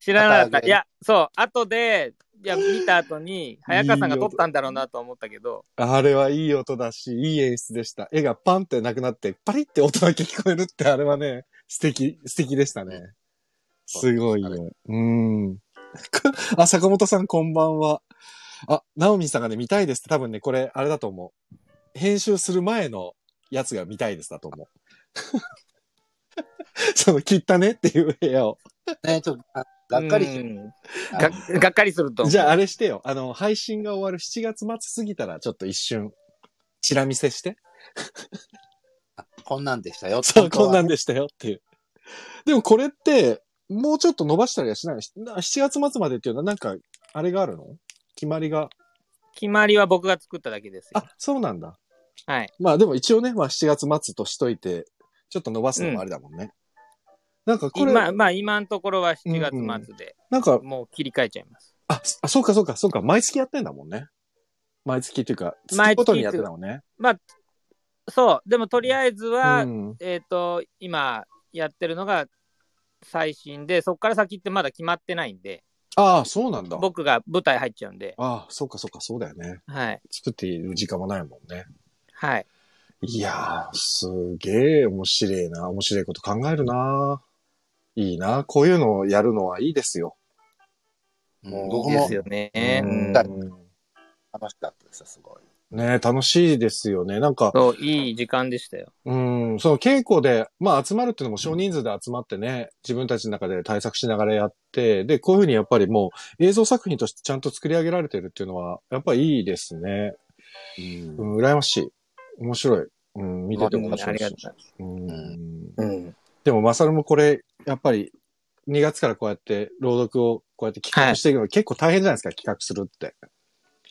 Speaker 2: 知らなかった。いや、そう、後で、いや、見た後に、早川さんが撮ったんだろうなと思ったけど、
Speaker 1: あれはいい音だし、いい演出でした。絵がパンってなくなって、パリって音だけ聞こえるって、あれはね、素敵、素敵でしたね。すごいよ。うーん。 あ、坂本さんこんばんは。あ、ナオミさんがね、見たいですって多分ね、これ、あれだと思う。編集する前のやつが見たいですだと思う。 その、切ったねっていう部屋を。
Speaker 3: ね、ちょっとあがっかりし
Speaker 2: うん
Speaker 3: あ
Speaker 2: ががっかりすると思う。
Speaker 1: じゃあ、あれしてよ。あの、配信が終わる7月末過ぎたら、ちょっと一瞬、チラ見せして。
Speaker 3: こんなんでしたよ。
Speaker 1: そう、こんなん
Speaker 3: で。
Speaker 1: でしたよっていう。でもこれって、もうちょっと伸ばしたりはしないしな ?7 月末までっていうのはなんか、あれがあるの決まりが。
Speaker 2: 決まりは僕が作っただけですよ
Speaker 1: あ。、そうなんだ。
Speaker 2: はい。
Speaker 1: まあでも一応ね、まあ7月末としといて、ちょっと伸ばすのもあれだもんね。なんかこれ、
Speaker 2: 今、まあ今のところは7月末で、
Speaker 1: なんか、
Speaker 2: もう切り替えちゃいます。
Speaker 1: あ、そあそうかそうかそうか、毎月やってんだもんね。毎月っていうか、月
Speaker 2: 毎月
Speaker 1: ごとにやってたもんね。
Speaker 2: まあ、そう、でもとりあえずは、
Speaker 1: うん。
Speaker 2: えっ、と、今やってるのが最新で、そこから先ってまだ決まってないんで、
Speaker 1: ああ、そうなんだ。
Speaker 2: 僕が舞台入っちゃうんで、
Speaker 1: ああ、そうかそうか、そうだよね。
Speaker 2: はい。
Speaker 1: 作っている時間もないもんね。
Speaker 2: はい。
Speaker 1: いやー、すげえ面白いな。面白いこと考えるな。いいな。こういうのをやるのはいいですよ。
Speaker 3: うん
Speaker 2: い
Speaker 3: 僕
Speaker 2: いで
Speaker 3: も
Speaker 2: すよね。
Speaker 1: う
Speaker 2: うん
Speaker 1: ん
Speaker 3: 楽しかったですよ、すごい。
Speaker 1: ねえ楽しいですよね。なんか、
Speaker 2: そう、いい時間でしたよ。
Speaker 1: うん、その稽古で、まあ集まるっていうのも少人数で集まってね、自分たちの中で対策しながらやって、で、こういうふうにやっぱりもう映像作品としてちゃんと作り上げられてるっていうのは、やっぱいいですね。
Speaker 3: うん
Speaker 1: うん、羨ましい。面白い。うん、見てても面白いし
Speaker 2: うんありが
Speaker 1: うん
Speaker 2: うん。
Speaker 1: でも、マサルもこれ、やっぱり、2月からこうやって、朗読をこうやって企画していくの、結構大変じゃないですか、企画するって。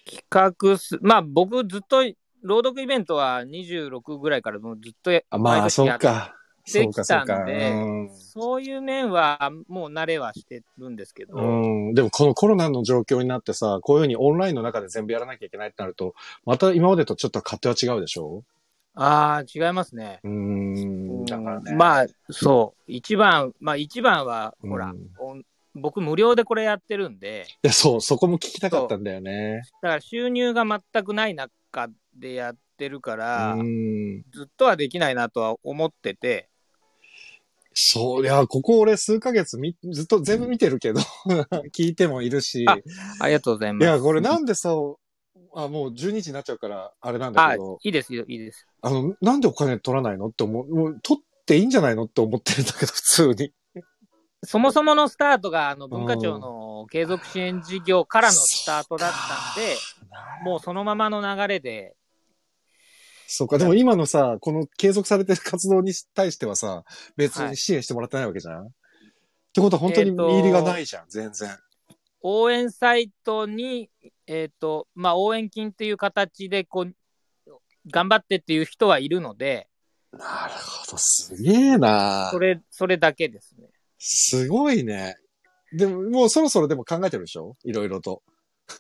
Speaker 2: 企画す、まあ僕ずっと、朗読イベントは26ぐらいからもうずっとや
Speaker 1: あまあ、
Speaker 2: 毎年
Speaker 1: そ
Speaker 2: や
Speaker 1: う
Speaker 2: って
Speaker 1: か。
Speaker 2: で
Speaker 1: そうか、そうか。
Speaker 2: きたんで
Speaker 1: うん
Speaker 2: そういう面はもう慣れはしてるんですけど、
Speaker 1: うん、でもこのコロナの状況になってさ、こういうふうにオンラインの中で全部やらなきゃいけないってなると、また今までとちょっと勝手は違うでしょ
Speaker 2: ああ、違いますね。
Speaker 1: ううん、だからね。
Speaker 2: まあ、そう。一番、まあ一番は、ほら、
Speaker 1: うん
Speaker 2: おん僕無料でこれやってるんで、
Speaker 1: いや、そう、そこも聞きたかったんだよね。
Speaker 2: だから収入が全くない中でやってるから、
Speaker 1: うん。
Speaker 2: ずっとはできないなとは思ってて、
Speaker 1: そう、いや、ここ俺数ヶ月み、ずっと全部見てるけど、 聞いてもいるし。
Speaker 2: あありがとうござい
Speaker 1: い
Speaker 2: ます。
Speaker 1: や、これなんでさ、あ、もう12時になっちゃうから、あれなんだ
Speaker 2: あ
Speaker 1: け
Speaker 2: い
Speaker 1: ど、
Speaker 2: いですよ、いいです。
Speaker 1: あの、なんでお金取らないのって思う、もう取っていいんじゃないのって思ってるんだけど、普通 に。
Speaker 2: そもそものスタートが、あの、文化庁の継続支援事業からのスタートだったんで、もうそのままの流れで、
Speaker 1: そうか、でも今のさ、この継続されてる活動に対してはさ、別に支援してもらってないわけじゃん、ってことは本当に
Speaker 2: えーと
Speaker 1: 見入りがないじゃん、全然。
Speaker 2: 応援サイトに、えっ、と、まあ、応援金という形で、こう、頑張ってっていう人はいるので、
Speaker 1: なるほど、すげえな
Speaker 2: それ、それだけですね。
Speaker 1: すごいね。でも、もうそろそろでも考えてるでしょいろいろと。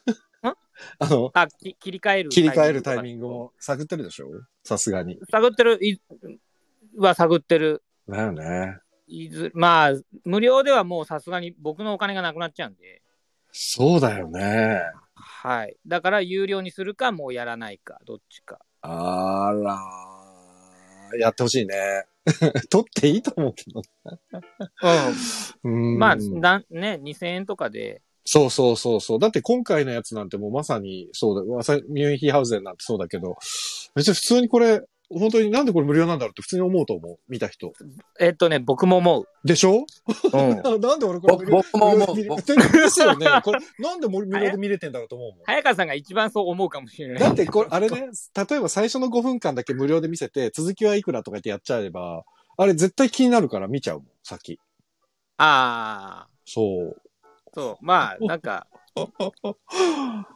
Speaker 2: ん
Speaker 1: あの、
Speaker 2: あ、き切り替える。
Speaker 1: 切り替えるタイミング。を探ってるでしょさすがに。
Speaker 2: 探ってる、いは探ってる。
Speaker 1: だよね。
Speaker 2: いずまあ、無料ではもうさすがに僕のお金がなくなっちゃうんで、
Speaker 1: そうだよね。
Speaker 2: はい。だから、有料にするか、もうやらないか、どっちか。
Speaker 1: あらーやってほしいね。 取っていいと思うけど。うん
Speaker 2: まあ、なんね、2000円とかで、
Speaker 1: そうそうそうそう。だって今回のやつなんてもうまさにそうだ、まさにミュンヒーハウゼンなんてそうだけど、別に普通にこれ、本当になんでこれ無料なんだろうって普通に思うと思う。見た人。
Speaker 2: えっ、とね、僕も思う。
Speaker 1: でしょ
Speaker 2: うん、
Speaker 1: ななんで俺これ
Speaker 3: 僕僕も思
Speaker 1: 無料
Speaker 3: う
Speaker 1: で見れ
Speaker 3: 僕
Speaker 1: てるですよね。これ、なんで無料で見れてんだろうと 思うもん。
Speaker 2: 早川さんが一番そう思うかもしれな
Speaker 1: だ
Speaker 2: い
Speaker 1: っ。てこれ、あれね、例えば最初の5分間だけ無料で見せて、続きはいくらとか言ってやっちゃえば、あれ絶対気になるから見ちゃうもん、先。
Speaker 2: ああ、
Speaker 1: そう。
Speaker 2: そう。まあ、なんか、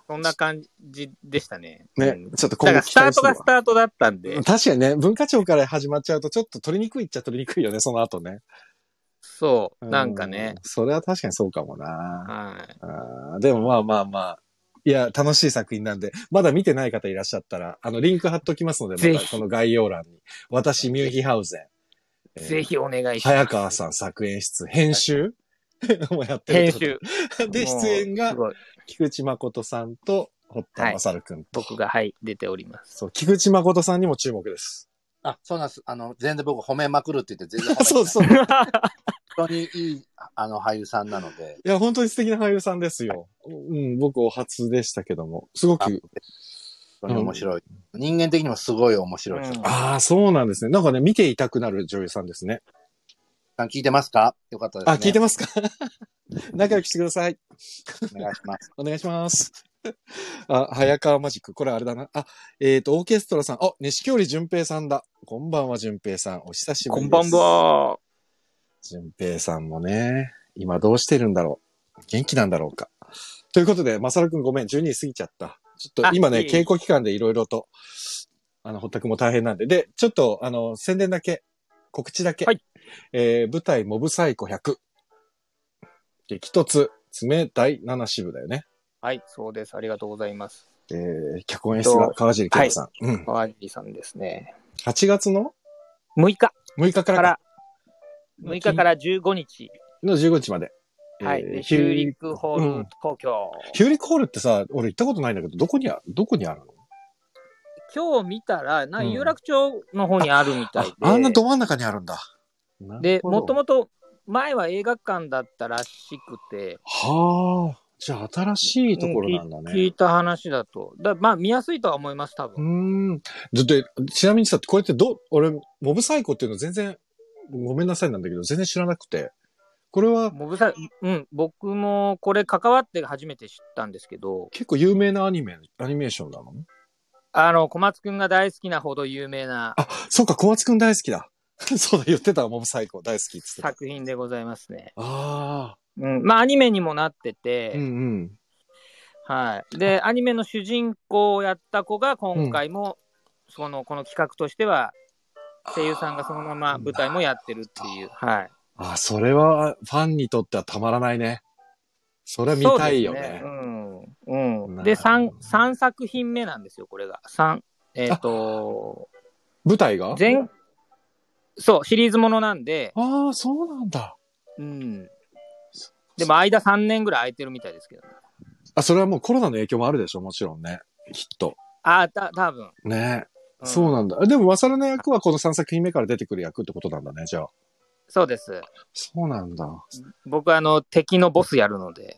Speaker 2: そんな感じでしたね。
Speaker 1: ね
Speaker 2: うん、
Speaker 1: ちょっと
Speaker 2: だか
Speaker 1: 今後
Speaker 2: ら、
Speaker 1: 期
Speaker 2: スタ
Speaker 1: 待
Speaker 2: ー
Speaker 1: す
Speaker 2: ト
Speaker 1: るわ
Speaker 2: がスタートだったんで、
Speaker 1: 確かにね、文化庁から始まっちゃうと、ちょっと取りにくいっちゃ取りにくいよね、その後ね。
Speaker 2: そうう、なんかね。。
Speaker 1: それは確かにそうかもな。
Speaker 2: はい。
Speaker 1: あーでもまあまあまあ。いや、楽しい作品なんで、まだ見てない方いらっしゃったら、あの、リンク貼っときますので、
Speaker 2: ぜ
Speaker 1: ま
Speaker 2: ひ
Speaker 1: たこの概要欄に。私、ミュンヒハウゼン。
Speaker 2: ぜひお願い
Speaker 1: えー。
Speaker 2: します。
Speaker 1: 早川さん作演出、編集もうやってるって
Speaker 2: 編
Speaker 1: こと。
Speaker 2: 集。
Speaker 1: で、
Speaker 2: もう
Speaker 1: 出演
Speaker 2: す
Speaker 1: が、
Speaker 2: ごい。く
Speaker 1: 菊池誠さんと、堀田勝くんと。
Speaker 2: 僕が、はい、出ており ます。
Speaker 1: そう、菊池誠さんにも注目です。
Speaker 3: あ、そうなんです。あの、全然僕褒めまくるって言って全然褒めてな
Speaker 1: そ
Speaker 3: い
Speaker 1: うそう。い
Speaker 3: 本当にいい、あの、俳優さんなので。
Speaker 1: や、本当に素敵な俳優さんですよ。うん、僕お初でしたけども。すご
Speaker 3: あ
Speaker 1: く、
Speaker 3: 本当に面白い。人間的にもすごい面白い人。
Speaker 2: うん
Speaker 1: ああ、そうなんですね。なんかね、見ていたくなる女優さんですね。
Speaker 3: さん聞いてますかよかったです、
Speaker 1: あ、
Speaker 3: ね。
Speaker 1: 聞いてますか仲良くしてください。
Speaker 3: お願いします。
Speaker 1: お願いします。あ、早川マジック。これあれだな。あ、えっ、と、オーケストラさん。あ、西織淳平さんだ。こんばんは、淳平さん。お久しぶり
Speaker 2: こ
Speaker 1: です。
Speaker 2: んばん。は。
Speaker 1: 淳平さんもね、今どうしてるんだろう。元気なんだろうか。ということで、まさるくんごめん、12時過ぎちゃった。ちょっ
Speaker 2: あ
Speaker 1: と今
Speaker 2: い
Speaker 1: ね、
Speaker 2: えいえ
Speaker 1: 稽古期間でいろいろと、あの、ほったくんも大変なんで。で、ちょっと、あの、宣伝だけ、告知だけ。
Speaker 2: はい
Speaker 1: えー舞台、モブサイコ100。激突、爪第7支部だよね。
Speaker 2: はい、そうです。ありがとうございます。
Speaker 1: えー脚本演出が川尻健太さん、うん。
Speaker 2: 川尻さんですね。
Speaker 1: 8月の
Speaker 2: 6日
Speaker 1: 6日か
Speaker 2: からら、6日から15日。
Speaker 1: の15日まで。
Speaker 2: はい。
Speaker 1: えー
Speaker 2: でヒ
Speaker 1: ヒュー
Speaker 2: ュー
Speaker 1: リ
Speaker 2: リ
Speaker 1: ッ
Speaker 2: ックホー
Speaker 1: う
Speaker 2: ル
Speaker 1: ん
Speaker 2: 東京。
Speaker 1: ヒューリックホールってさ、俺行ったことないんだけど、どこにあ、どこにあるの
Speaker 2: 今日見たら、な
Speaker 1: うん
Speaker 2: 有楽町の方にあるみたいで。
Speaker 1: ああんなど真ん中にあるんだ。
Speaker 2: で、もと
Speaker 1: も
Speaker 2: もと前は映画館だったらしくて、
Speaker 1: はあ、じゃあ新しいところなんだ
Speaker 2: うん聞い聞
Speaker 1: ね。
Speaker 2: いた話だと。だまあ、見やすいとは思います、多
Speaker 1: う
Speaker 2: 分。
Speaker 1: ん。だって、ちなみにさ、これってど、俺、モブサイコっていうの全然、ごめんなさいなんだけど、全然知らなくて。これは
Speaker 2: モブサイうん、僕もこれ関わって初めて知ったんですけど、
Speaker 1: 結構有名なアニメ、アニメーションなの
Speaker 2: あの、小松くんが大好きなほど有名な
Speaker 1: あ、そうか、小松くん大好きだ。 そうだ、言ってた、モブサイコ大好きっつってた。
Speaker 2: 作品でございますね。
Speaker 1: ああ、
Speaker 2: うん、まあアニメにもなってて、
Speaker 1: うんうん。
Speaker 2: はい、でアニメの主人公をやった子が今回も、そのこの企画としては声優さんがそのまま舞台もやってるっていう、はい、
Speaker 1: あ、それはファンにとってはたまらないね。それは見たいよ
Speaker 2: そうです
Speaker 1: ね。
Speaker 2: うんうん、
Speaker 1: なる
Speaker 2: で
Speaker 1: ほど
Speaker 2: 3, 三作品目なんですよこれが三えっ、と
Speaker 1: 舞台が
Speaker 2: 全そうシリーズものなんで、
Speaker 1: ああ、そうなんだ。
Speaker 2: うん、でも間3年ぐらい空いてるみたいですけど、ね、
Speaker 1: あ、それはもうコロナの影響もあるでしょ、もちろんね。きっと。
Speaker 2: ああた多分、
Speaker 1: ね、
Speaker 2: うん
Speaker 1: そうなんだ。でも、わさるの役はこの3作品目から出てくる役ってことなんだね、じゃあ。
Speaker 2: そうです
Speaker 1: そうなんだ。
Speaker 2: 僕あの敵のボスやるので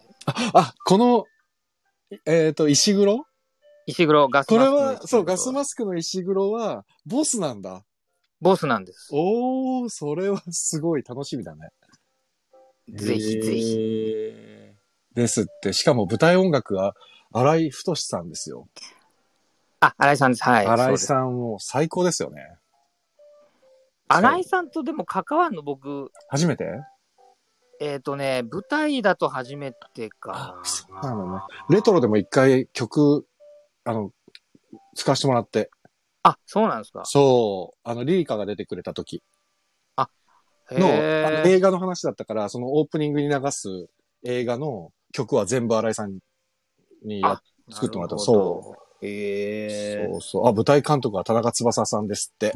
Speaker 1: あ、この、えっ、と、石黒
Speaker 2: 石黒ガス
Speaker 1: こ
Speaker 2: マ
Speaker 1: れ
Speaker 2: ス
Speaker 1: は、
Speaker 2: クの石黒
Speaker 1: そう、ガスマスクの石黒は、ボスなんだ。
Speaker 2: ボスなんです。
Speaker 1: おー、それはすごい楽しみだね。
Speaker 2: ぜひぜひ。
Speaker 1: ひ。ですって、しかも舞台音楽が荒井太志さんですよ。
Speaker 2: あ、新井さんです。はい。
Speaker 1: 新井
Speaker 2: ん。
Speaker 1: さんもう最高ですよね。
Speaker 2: 新井さんとでも関わんの僕、
Speaker 1: 初めて
Speaker 2: えっ、とね、舞台だと初めてか。
Speaker 1: うなのねレトロでも一回曲、あの、使わせてもらって。
Speaker 2: あ、そうなんですか。
Speaker 1: そう。あの、リリカが出てくれた時
Speaker 2: へ
Speaker 1: のあの
Speaker 2: え。。
Speaker 1: 映画の話だったから、そのオープニングに流す映画の曲は全部新井さんにやっ作ってもらったそう
Speaker 2: へえ。
Speaker 1: そうそう。あ、舞台監督は田中翼さんですって。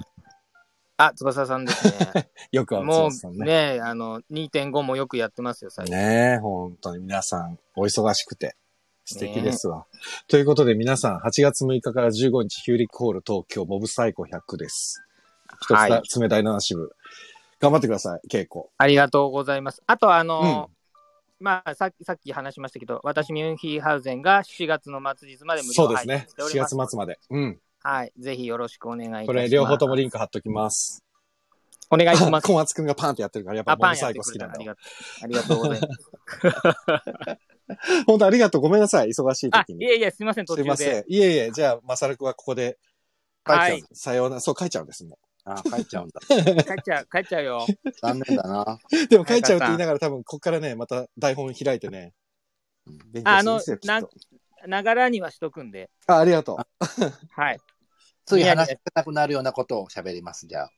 Speaker 2: あ、翼さんです ね。
Speaker 1: よくある
Speaker 2: も
Speaker 1: 翼さん
Speaker 2: う
Speaker 1: ね。
Speaker 2: ね、あの、2.5もよくやってますよ、最近。
Speaker 1: ねえ、本当に皆さん、お忙しくて、素敵ですわ。ということで皆さん、8月6日から15日、ヒューリックホール東京、モブサイコ100です。一つだ、
Speaker 2: はい
Speaker 1: 冷たい七支部。頑張ってください、稽古。
Speaker 2: ありがとうございます。あと、あの、まあさっき、さっき話しましたけど、私、ミュンヒーハウゼンが7月の末日まで無
Speaker 1: そ
Speaker 2: 料
Speaker 1: うで
Speaker 2: 配
Speaker 1: す
Speaker 2: 信
Speaker 1: ね
Speaker 2: し。ており
Speaker 1: 4
Speaker 2: ま
Speaker 1: 月
Speaker 2: す。
Speaker 1: 末まで。うん。
Speaker 2: はい。ぜひよろしくお願いいたします。
Speaker 1: これ、両方ともリンク貼っときます。
Speaker 2: お願いし ます。
Speaker 1: 小松くんがパンってやってるから、やっぱ
Speaker 2: あ、
Speaker 1: モ
Speaker 2: パ
Speaker 1: ブ
Speaker 2: ンや
Speaker 1: サ
Speaker 2: っ
Speaker 1: イ
Speaker 2: て
Speaker 1: コ好
Speaker 2: く
Speaker 1: き
Speaker 2: れ
Speaker 1: な
Speaker 2: た。
Speaker 1: ん
Speaker 2: あ
Speaker 1: だ
Speaker 2: り
Speaker 1: わ。
Speaker 2: がとう。ありがとうござい ます。
Speaker 1: 本当ありがとう。ごめんなさい、忙しい
Speaker 2: あ、
Speaker 1: 時
Speaker 2: い
Speaker 1: に。
Speaker 2: えいえ、すいません、途
Speaker 1: す
Speaker 2: 中
Speaker 1: い
Speaker 2: で。
Speaker 1: ません。いえいえ、じゃあ、まさるくんはここで、
Speaker 2: は
Speaker 1: 書
Speaker 2: い
Speaker 1: ちゃう。さようなら、そう書いちゃうんです、も
Speaker 3: あー、帰っち ゃうんだ。
Speaker 2: 帰っちゃう、帰っちゃうよ。
Speaker 3: 残念だな。
Speaker 1: う。 でも書いちゃうって言いながら多分、こっからね、また台本開いてね、勉強
Speaker 2: あ
Speaker 1: するん
Speaker 2: の
Speaker 1: ですよ、、き
Speaker 2: な
Speaker 1: っと。、
Speaker 2: ながらにはしとくんで。
Speaker 1: あ、ありがとう。
Speaker 2: はい。
Speaker 3: 次話せなくなるようなことを喋ります、じゃあ。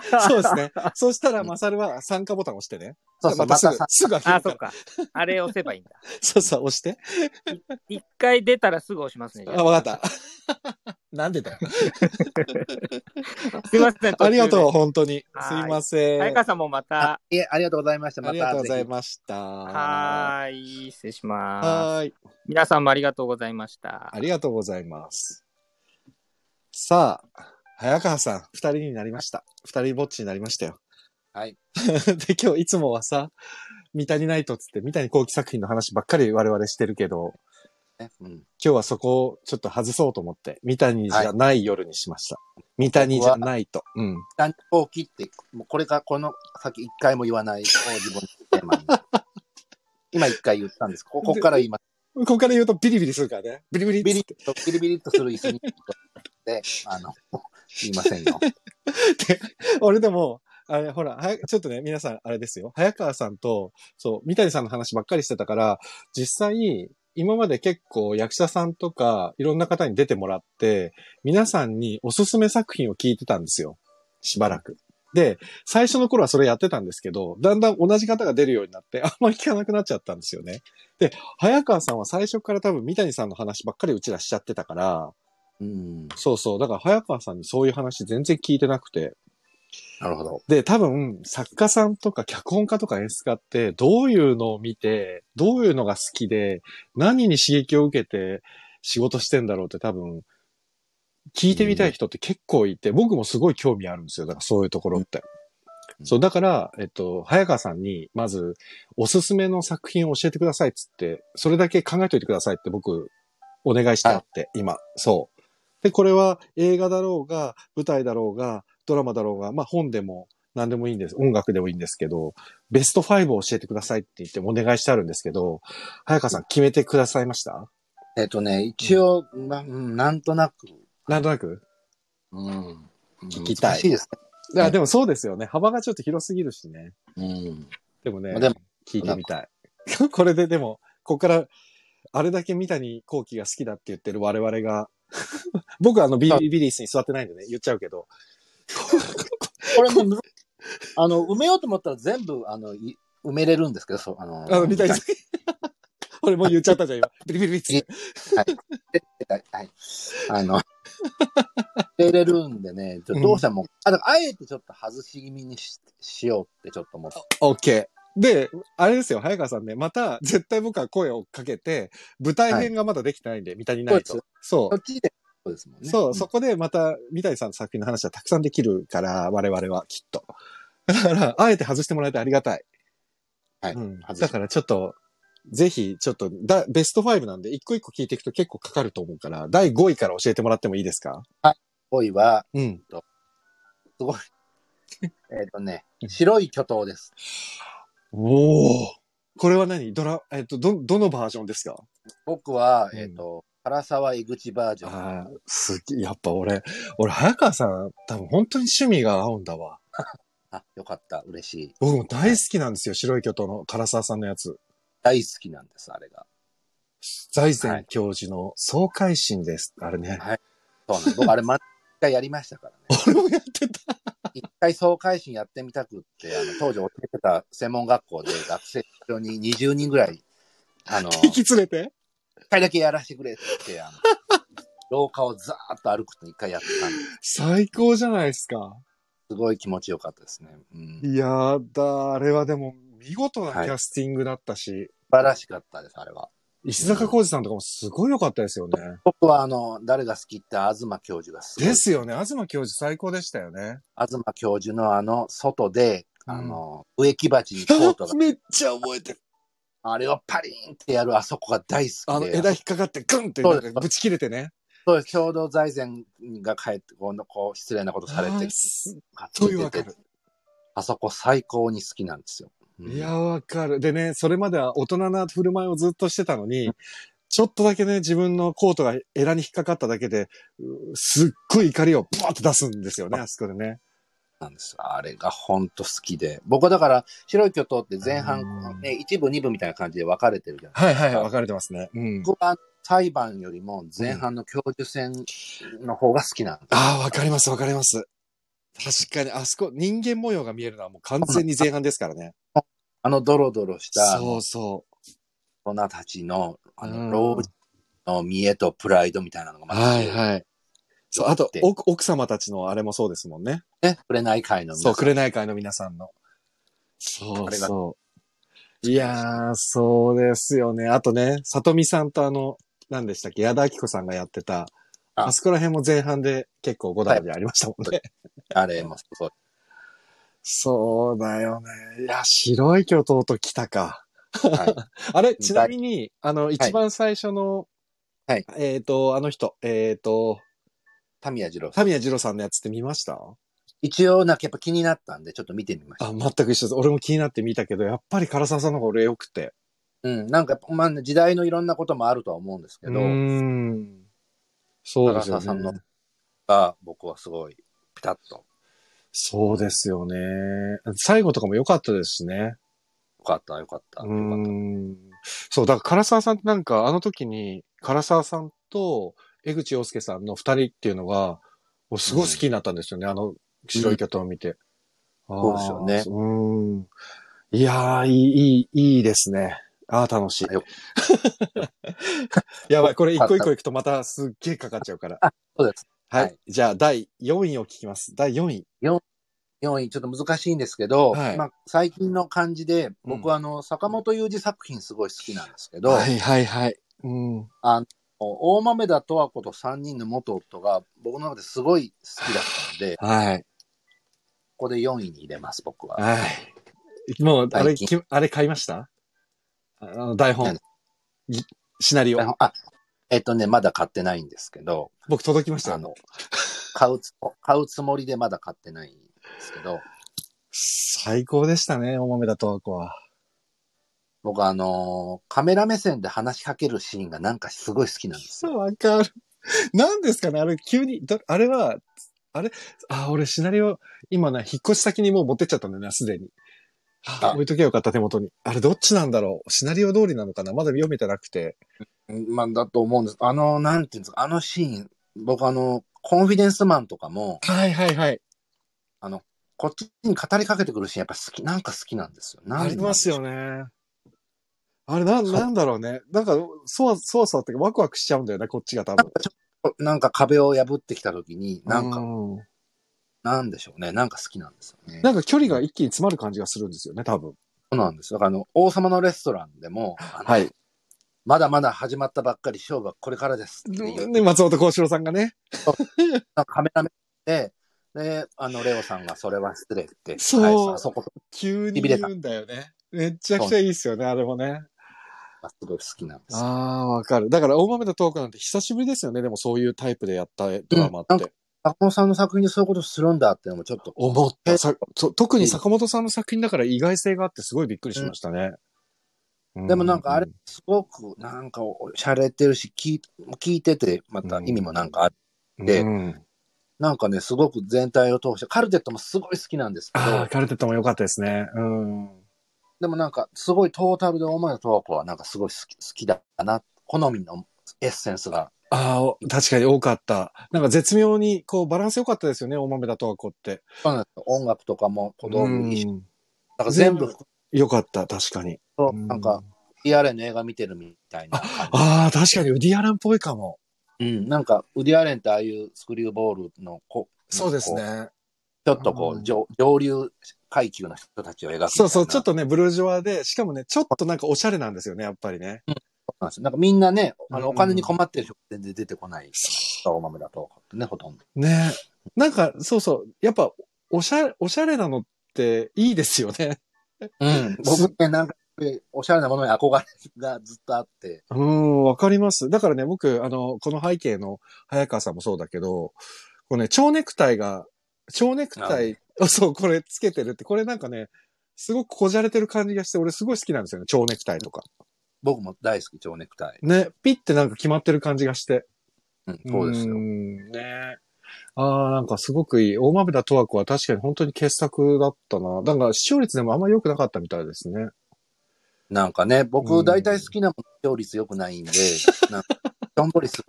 Speaker 1: そうです ね。そうしたら、マサルは参加ボタン押してね。
Speaker 3: そうそう、
Speaker 1: また
Speaker 3: ますた
Speaker 1: ぐ
Speaker 3: さ、、
Speaker 1: すぐ開け
Speaker 2: あ、
Speaker 1: る
Speaker 2: そ
Speaker 1: から。
Speaker 2: うか。あれ押せばいいんだ。
Speaker 1: そうそう、押して。
Speaker 2: 一回出たらすぐ押しますね。じゃ
Speaker 1: あ、わかった。 なんでだよ。
Speaker 2: あすいま せん。
Speaker 1: ありがとう、
Speaker 2: う。
Speaker 1: 本当に。
Speaker 2: はい
Speaker 1: すいません。
Speaker 2: 早川さんもまた。
Speaker 3: いえ、ありがとうございました。ま
Speaker 1: あ
Speaker 3: た
Speaker 1: りがとうござい
Speaker 3: ぜ
Speaker 1: ました。は
Speaker 2: はーい。失礼し
Speaker 1: ー
Speaker 2: ます。
Speaker 1: い。
Speaker 2: 皆さんもありがとうございました
Speaker 1: あ。りがとうございます。さあ、早川さん、二人になりました。二人ぼっちになりましたよ。
Speaker 3: はい。
Speaker 1: で、今日いつもはさ、三谷ナイトっつって、三谷幸喜作品の話ばっかり我々してるけど、
Speaker 3: ひねうん。
Speaker 1: 今日はそこをちょっと外そうと思って、三谷じゃない夜にしました。三谷じゃないと。うん。
Speaker 3: 何を切って、もうこれからこの先一回も言わないを自分のテー マに。今一回言ったんです。こここから言います。
Speaker 1: ここから言うとビリビリするからね。ビリビリっ
Speaker 3: ビ
Speaker 1: つ
Speaker 3: リ
Speaker 1: っ
Speaker 3: ッと、ビリビリッとする椅子に。で、あの、言いませんよ。
Speaker 1: て。 俺でも、あれ、ほら、はやちょっとね、皆さん、あれですよ。早川さんと、そう、三谷さんの話ばっかりしてたから、実際、今まで結構役者さんとか、いろんな方に出てもらって、皆さんにおすすめ作品を聞いてたんですよ。しばらく。で、最初の頃はそれやってたんですけど、だんだん同じ方が出るようになって、あんまり聞かなくなっちゃったんですよね。で、早川さんは最初から多分三谷さんの話ばっかりうちらしちゃってたから、
Speaker 3: うん。
Speaker 1: そうそう。だから早川さんにそういう話全然聞いてなくて。
Speaker 3: なるほど。
Speaker 1: で、多分、作家さんとか脚本家とか演出家って、どういうのを見て、どういうのが好きで、何に刺激を受けて仕事してんだろうって多分、聞いてみたい人って結構いて、僕もすごい興味あるんですよ。だからそういうところって。
Speaker 3: うん
Speaker 1: そう、だから、えっと、早川さんに、まず、おすすめの作品を教えてくださいっつって、それだけ考えといてくださいって僕、お願いしてあって、今、そう。で、これは映画だろうが、舞台だろうが、ドラマだろうが、まあ本でも何でもいいんです。音楽でもいいんですけど、ベスト5を教えてくださいって言ってお願いしてあるんですけど、早川さん決めてくださいました
Speaker 3: えっとね、一応、まあうんなんとなく、
Speaker 1: なんとなく
Speaker 3: うん。
Speaker 1: 聞きたい
Speaker 3: 難しいです
Speaker 1: いや、でもそうですよね。幅がちょっと広すぎるしね。
Speaker 3: ね。うん。
Speaker 1: でもね、
Speaker 3: まあでも
Speaker 1: 聞いてみたい。 これででも、ここから、あれだけ三谷幸喜が好きだって言ってる我々が、 僕はあのビリビリ椅子に座ってないんでね、言っちゃうけど。
Speaker 3: これもう、あの、埋めようと思ったら全部、あの、い埋めれるんですけど、そう、あの、
Speaker 1: あの、三谷 さん。俺もう言っちゃったじゃん、今。ビリビリ椅子。
Speaker 3: はい。はい。あの、入れるんでね、ちょどうしたらもう、あ、だからあえてちょっと外し気味にししようってちょっと思って。
Speaker 1: オッケー。で、あれですよ、早川さんね、また、絶対僕は声をかけて、舞台編がまだできてないんで、三谷ない
Speaker 3: そう
Speaker 1: と。そ
Speaker 3: そっちで、そうですもん
Speaker 1: う。
Speaker 3: ね。
Speaker 1: そう、
Speaker 3: ん
Speaker 1: そこでまた、三谷さんの作品の話はたくさんできるから、我々は、きっと。だから、あえて外してもらえてありがたい。
Speaker 3: はい
Speaker 1: うん
Speaker 3: 外し
Speaker 1: だからちょっと、ぜひ、ちょっとだ、ベスト5なんで、一個一個聞いていくと結構かかると思うから、第5位から教えてもらってもいいですか
Speaker 3: 恋は、
Speaker 1: うん。
Speaker 3: えっ、とね、白い巨頭です。
Speaker 1: おお。これは何ドラ、えっと、ど、どのバージョンですか
Speaker 3: 僕は、
Speaker 1: うん
Speaker 3: えっ、と、唐沢江口バージョン。
Speaker 1: ああ、すげえ、やっぱ俺、俺、早川さん、多分本当に趣味が合うんだわ。
Speaker 3: あ、よかった。嬉しい。
Speaker 1: 僕も大好きなんですよ、白い巨頭の唐沢さんのやつ。
Speaker 3: 大好きなんです、あれが。
Speaker 1: 財前教授の爽快心です。あれね。
Speaker 3: そうなん僕、あれ、ま、一回やりましたから ね。
Speaker 1: 俺もやってた。
Speaker 3: 一回総会心やってみたくって、あの当時教えてた専門学校で学生一緒に20人ぐらい、あの、
Speaker 1: 引き連れて。
Speaker 3: 一回だけやらせてくれって、あの、廊下をざーっと歩くと一回やったんです。
Speaker 1: 最高じゃないですか。
Speaker 3: すごい気持ちよかったですね。うん。素
Speaker 1: いやだ、あれはでも、見事なキャスティングだったし、
Speaker 3: 晴らしかったです、あれは。
Speaker 1: 石坂浩二さんとかもすごい良かったですよね。
Speaker 3: 僕は、あの、誰が好きって、東教授が好き。
Speaker 1: ですよね。東教授最高でしたよね。
Speaker 3: 東教授のあの、外で、あの、植木鉢にコートが、
Speaker 1: めっちゃ覚えてる。
Speaker 3: あれをパリーンってやるあそこが大好きで。
Speaker 1: あの、枝引っかかってグンってなんかぶち切れてね。
Speaker 3: そうです。共同財前が帰って、このこう失礼なことされ
Speaker 1: あ
Speaker 3: て
Speaker 1: ー、す
Speaker 3: あ
Speaker 1: っごいわかる。
Speaker 3: あそこ最高に好きなんですよ。うん
Speaker 1: いや、わかる。でね、それまでは大人な振る舞いをずっとしてたのに、ちょっとだけね、自分のコートが枝に引っかかっただけで、うすっごい怒りをバーって出すんですよね、あそこでね。
Speaker 3: なんですよあれが本当好きで。僕はだから、白い巨頭って前
Speaker 1: うん
Speaker 3: 半、ね、一部、二部みたいな感じで分かれてるじゃないですか。
Speaker 1: はいはい、分かれてますね。うん。
Speaker 3: 僕は裁判よりも前半の教授戦の方が好きなんです。
Speaker 1: ああ、わかります、わかります。確かに、あそこ、人間模様が見えるのはもう完全に前半ですから ね。
Speaker 3: あのドロドロし
Speaker 1: そ
Speaker 3: た
Speaker 1: う
Speaker 3: 大
Speaker 1: そう。
Speaker 3: 人たちの、あ
Speaker 1: うん
Speaker 3: の、老人の見栄とプライドみたいなのがまた、
Speaker 1: はいはい。そう、あと
Speaker 3: で、
Speaker 1: 奥奥様たちのあれもそうですもんね。
Speaker 3: ね、くれない会の皆さ
Speaker 1: そ
Speaker 3: ん
Speaker 1: う、紅会の皆さんの。そ
Speaker 3: あ
Speaker 1: う
Speaker 3: れが
Speaker 1: そう。いやー、そうですよね。あとね、里見さんとあの、何でしたっけ、矢田明子さんがやってた、あ
Speaker 3: あ
Speaker 1: そこら辺も前半で結構ごだわりありましたもんね。
Speaker 3: あれもそう。
Speaker 1: そうだよね。いや、白い巨頭と来たか。
Speaker 3: はい
Speaker 1: あれ、ちなみに、あの、一番最初の、
Speaker 3: はい
Speaker 1: えっ、と、あの人、えっ、と、
Speaker 3: 田宮二郎さ
Speaker 1: 田
Speaker 3: ん。
Speaker 1: 宮二郎さんのやつって見ました
Speaker 3: 一応、なんかやっぱ気になったんで、ちょっと見てみました
Speaker 1: あ、。全く一緒です。俺も気になって見たけど、やっぱり唐沢さんの方が俺良くて。
Speaker 3: うん、なんかやっぱ、まあ、時代のいろんなこともあるとは思うんですけ
Speaker 1: う
Speaker 3: ど、
Speaker 1: ーん。そうですよ
Speaker 3: 唐沢さん
Speaker 1: ね
Speaker 3: の。が僕はすごい、ピタッと、
Speaker 1: そうですよね。最後とかも良かったですしね。
Speaker 3: よかった、よかった、
Speaker 1: う
Speaker 3: よ
Speaker 1: ー
Speaker 3: かった。
Speaker 1: ん。そう、だから唐沢さんってなんか、あの時に、唐沢さんと江口洋介さんの二人っていうのが、もうすごい好きになったんですよね。あの、白い巨頭を見て。あー
Speaker 3: そうですよね
Speaker 1: うーん。いやー、いい、いい、いいですね。ああ、楽しい
Speaker 3: あよ。
Speaker 1: やばい、これ一個一個行くとまたすっげえかかっちゃうから。
Speaker 3: そうです。
Speaker 1: はい。
Speaker 3: はい
Speaker 1: じゃあ、第4位を聞きます。第4位。
Speaker 3: 4位、ちょっと難しいんですけど、
Speaker 1: はい
Speaker 3: まあ、最近の感じで、僕はあの、坂本雄二作品すごい好きなんですけど、
Speaker 1: はい、はい、はい。うん。
Speaker 3: 大豆田十和子と3人の元夫が、僕の中ですごい好きだったので、こ
Speaker 1: はい。
Speaker 3: こで4位に入れます、僕は。
Speaker 1: はい。もう、あれ、
Speaker 3: 最近
Speaker 1: きあれ買いましたあの、台本
Speaker 3: 何。
Speaker 1: ぎシナリオ。
Speaker 3: あ、えっとね、まだ買ってないんですけど、
Speaker 1: 僕届きました
Speaker 3: あ
Speaker 1: よ。
Speaker 3: の、買うつ、買うつもりでまだ買ってないんですけど、
Speaker 1: 最高でしたね、お豆だとわ子は。
Speaker 3: 僕あのーカメラ目線で話しかけるシーンがなんかすごい好きなんです
Speaker 1: そ
Speaker 3: よ。
Speaker 1: う、わかる。 何ですかねあれ、急に、どあれは、あれあ、俺、シナリオ、今ね、引っ越し先にもう持ってっちゃったんだよね、すでに。あ
Speaker 3: あ
Speaker 1: 置いときゃよかった、手元に。あれ、どっちなんだろうシナリオ通りなのかなまだ読めてなくて。
Speaker 3: まあ、だと思うんです。あのーなんていうんですか、あのシーン、僕あのーコンフィデンスマンとかも、
Speaker 1: はいはいはい。
Speaker 3: こっちに語りかけてくるシーンやっぱ好き、なんか好きなんですよ。なん
Speaker 1: あ
Speaker 3: な
Speaker 1: り
Speaker 3: ん
Speaker 1: ますよ
Speaker 3: ね。
Speaker 1: ね。あれ、な、なんだろうね。なんか、そわ、そわそわってかワクワクしちゃうんだよね、こっちが多分。
Speaker 3: なんか壁を破ってきた時に、なんか、
Speaker 1: うん
Speaker 3: なんでしょうね。なんか好きなんですよね。
Speaker 1: なんか距離が一気に詰まる感じがするんですよね、多分。
Speaker 3: そうなんですよ。だからあの、王様のレストランでも、あの。まだまだ始まったばっかり、勝負はこれからですっていう。
Speaker 1: ね、松本幸四郎さんがね。
Speaker 3: カメラ目で、で、あの、レオさんがそれは失礼って。
Speaker 1: そう
Speaker 3: 返すあそこ
Speaker 1: 急に言うんだよね。めっちゃくちゃいいですよね、あれもね。
Speaker 3: がすごい好きなんですよ。
Speaker 1: ああー、わかる。だから、大豆のトークなんて久しぶりですよね。でも、そういうタイプでやったドラマっ
Speaker 3: うん
Speaker 1: て。
Speaker 3: なん坂本さんの作品でそういうことするんだっていうのもちょっと、
Speaker 1: 思ったさそう特に坂本さんの作品だから意外性があってすごいびっくりしましたね。
Speaker 3: でもなんかあれ、すごくなんかおしゃれてるし、聞い聞いてて、また意味もなんかあって、で
Speaker 1: うん
Speaker 3: なんかね、すごく全体を通して、カルテットもすごい好きなんですけ
Speaker 1: ああ、
Speaker 3: ど、
Speaker 1: カルテットも良かったですね。うん。
Speaker 3: でもなんかすごいトータルで思いのトークはなんかすごい好き好きだな。好みのエッセンスが。
Speaker 1: ああ、確かに多かった。なんか絶妙に、こう、バランス良かったですよね、大豆田とは子って。
Speaker 3: そうなんですよ音楽とかも小道具一緒。
Speaker 1: うん
Speaker 3: なんか全部、
Speaker 1: 良かった、確かに。うん
Speaker 3: なんか、ERA の映画見てるみたいな感じ。
Speaker 1: ああ、確かにウディアランっぽいかも。
Speaker 3: うん、なんか、ウディアレンってああいうスクリューボールのこ、
Speaker 1: そうです
Speaker 3: こ
Speaker 1: ね。
Speaker 3: う。ちょっとこ
Speaker 1: うん
Speaker 3: う、上上流階級の人たちを描くみたいな。
Speaker 1: そうそう、ちょっ
Speaker 3: と。
Speaker 1: とね、ブルージョワで、しかもね、ちょっとなんかおしゃれなんですよね、やっぱりね。
Speaker 3: なんですよなんかみんなね、あの、
Speaker 1: うん
Speaker 3: お金に困ってる人全然出てこない。お豆だと、ね、ほとんど。
Speaker 1: ね。なんか、そうそう、やっぱ、おしゃれ、おしゃれなのっていいですよね。
Speaker 3: うん。僕ね、なんか、おしゃれなものに憧れがずっとあって。
Speaker 1: うん、わかります。だからね、僕、あの、この背景の早川さんもそうだけど、このね、蝶ネクタイが、蝶ネクタイ、あそう、これつけてるって、これなんかね、すごくこじゃれてる感じがして、俺すごい好きなんですよね、蝶ネクタイとか。
Speaker 3: 僕も大好き、蝶ネクタイ。
Speaker 1: ね、ピッてなんか決まってる感じがして。
Speaker 3: うん、そうですよ。
Speaker 1: んねああ、なんかすごくいい。大豆田十和子は確かに本当に傑作だったな。だから視聴率でもあんま良くなかったみたいですね。
Speaker 3: なんかね、
Speaker 1: うん
Speaker 3: 僕、大体好きなもの、視聴率良くないんで、なん か、どんぼりする。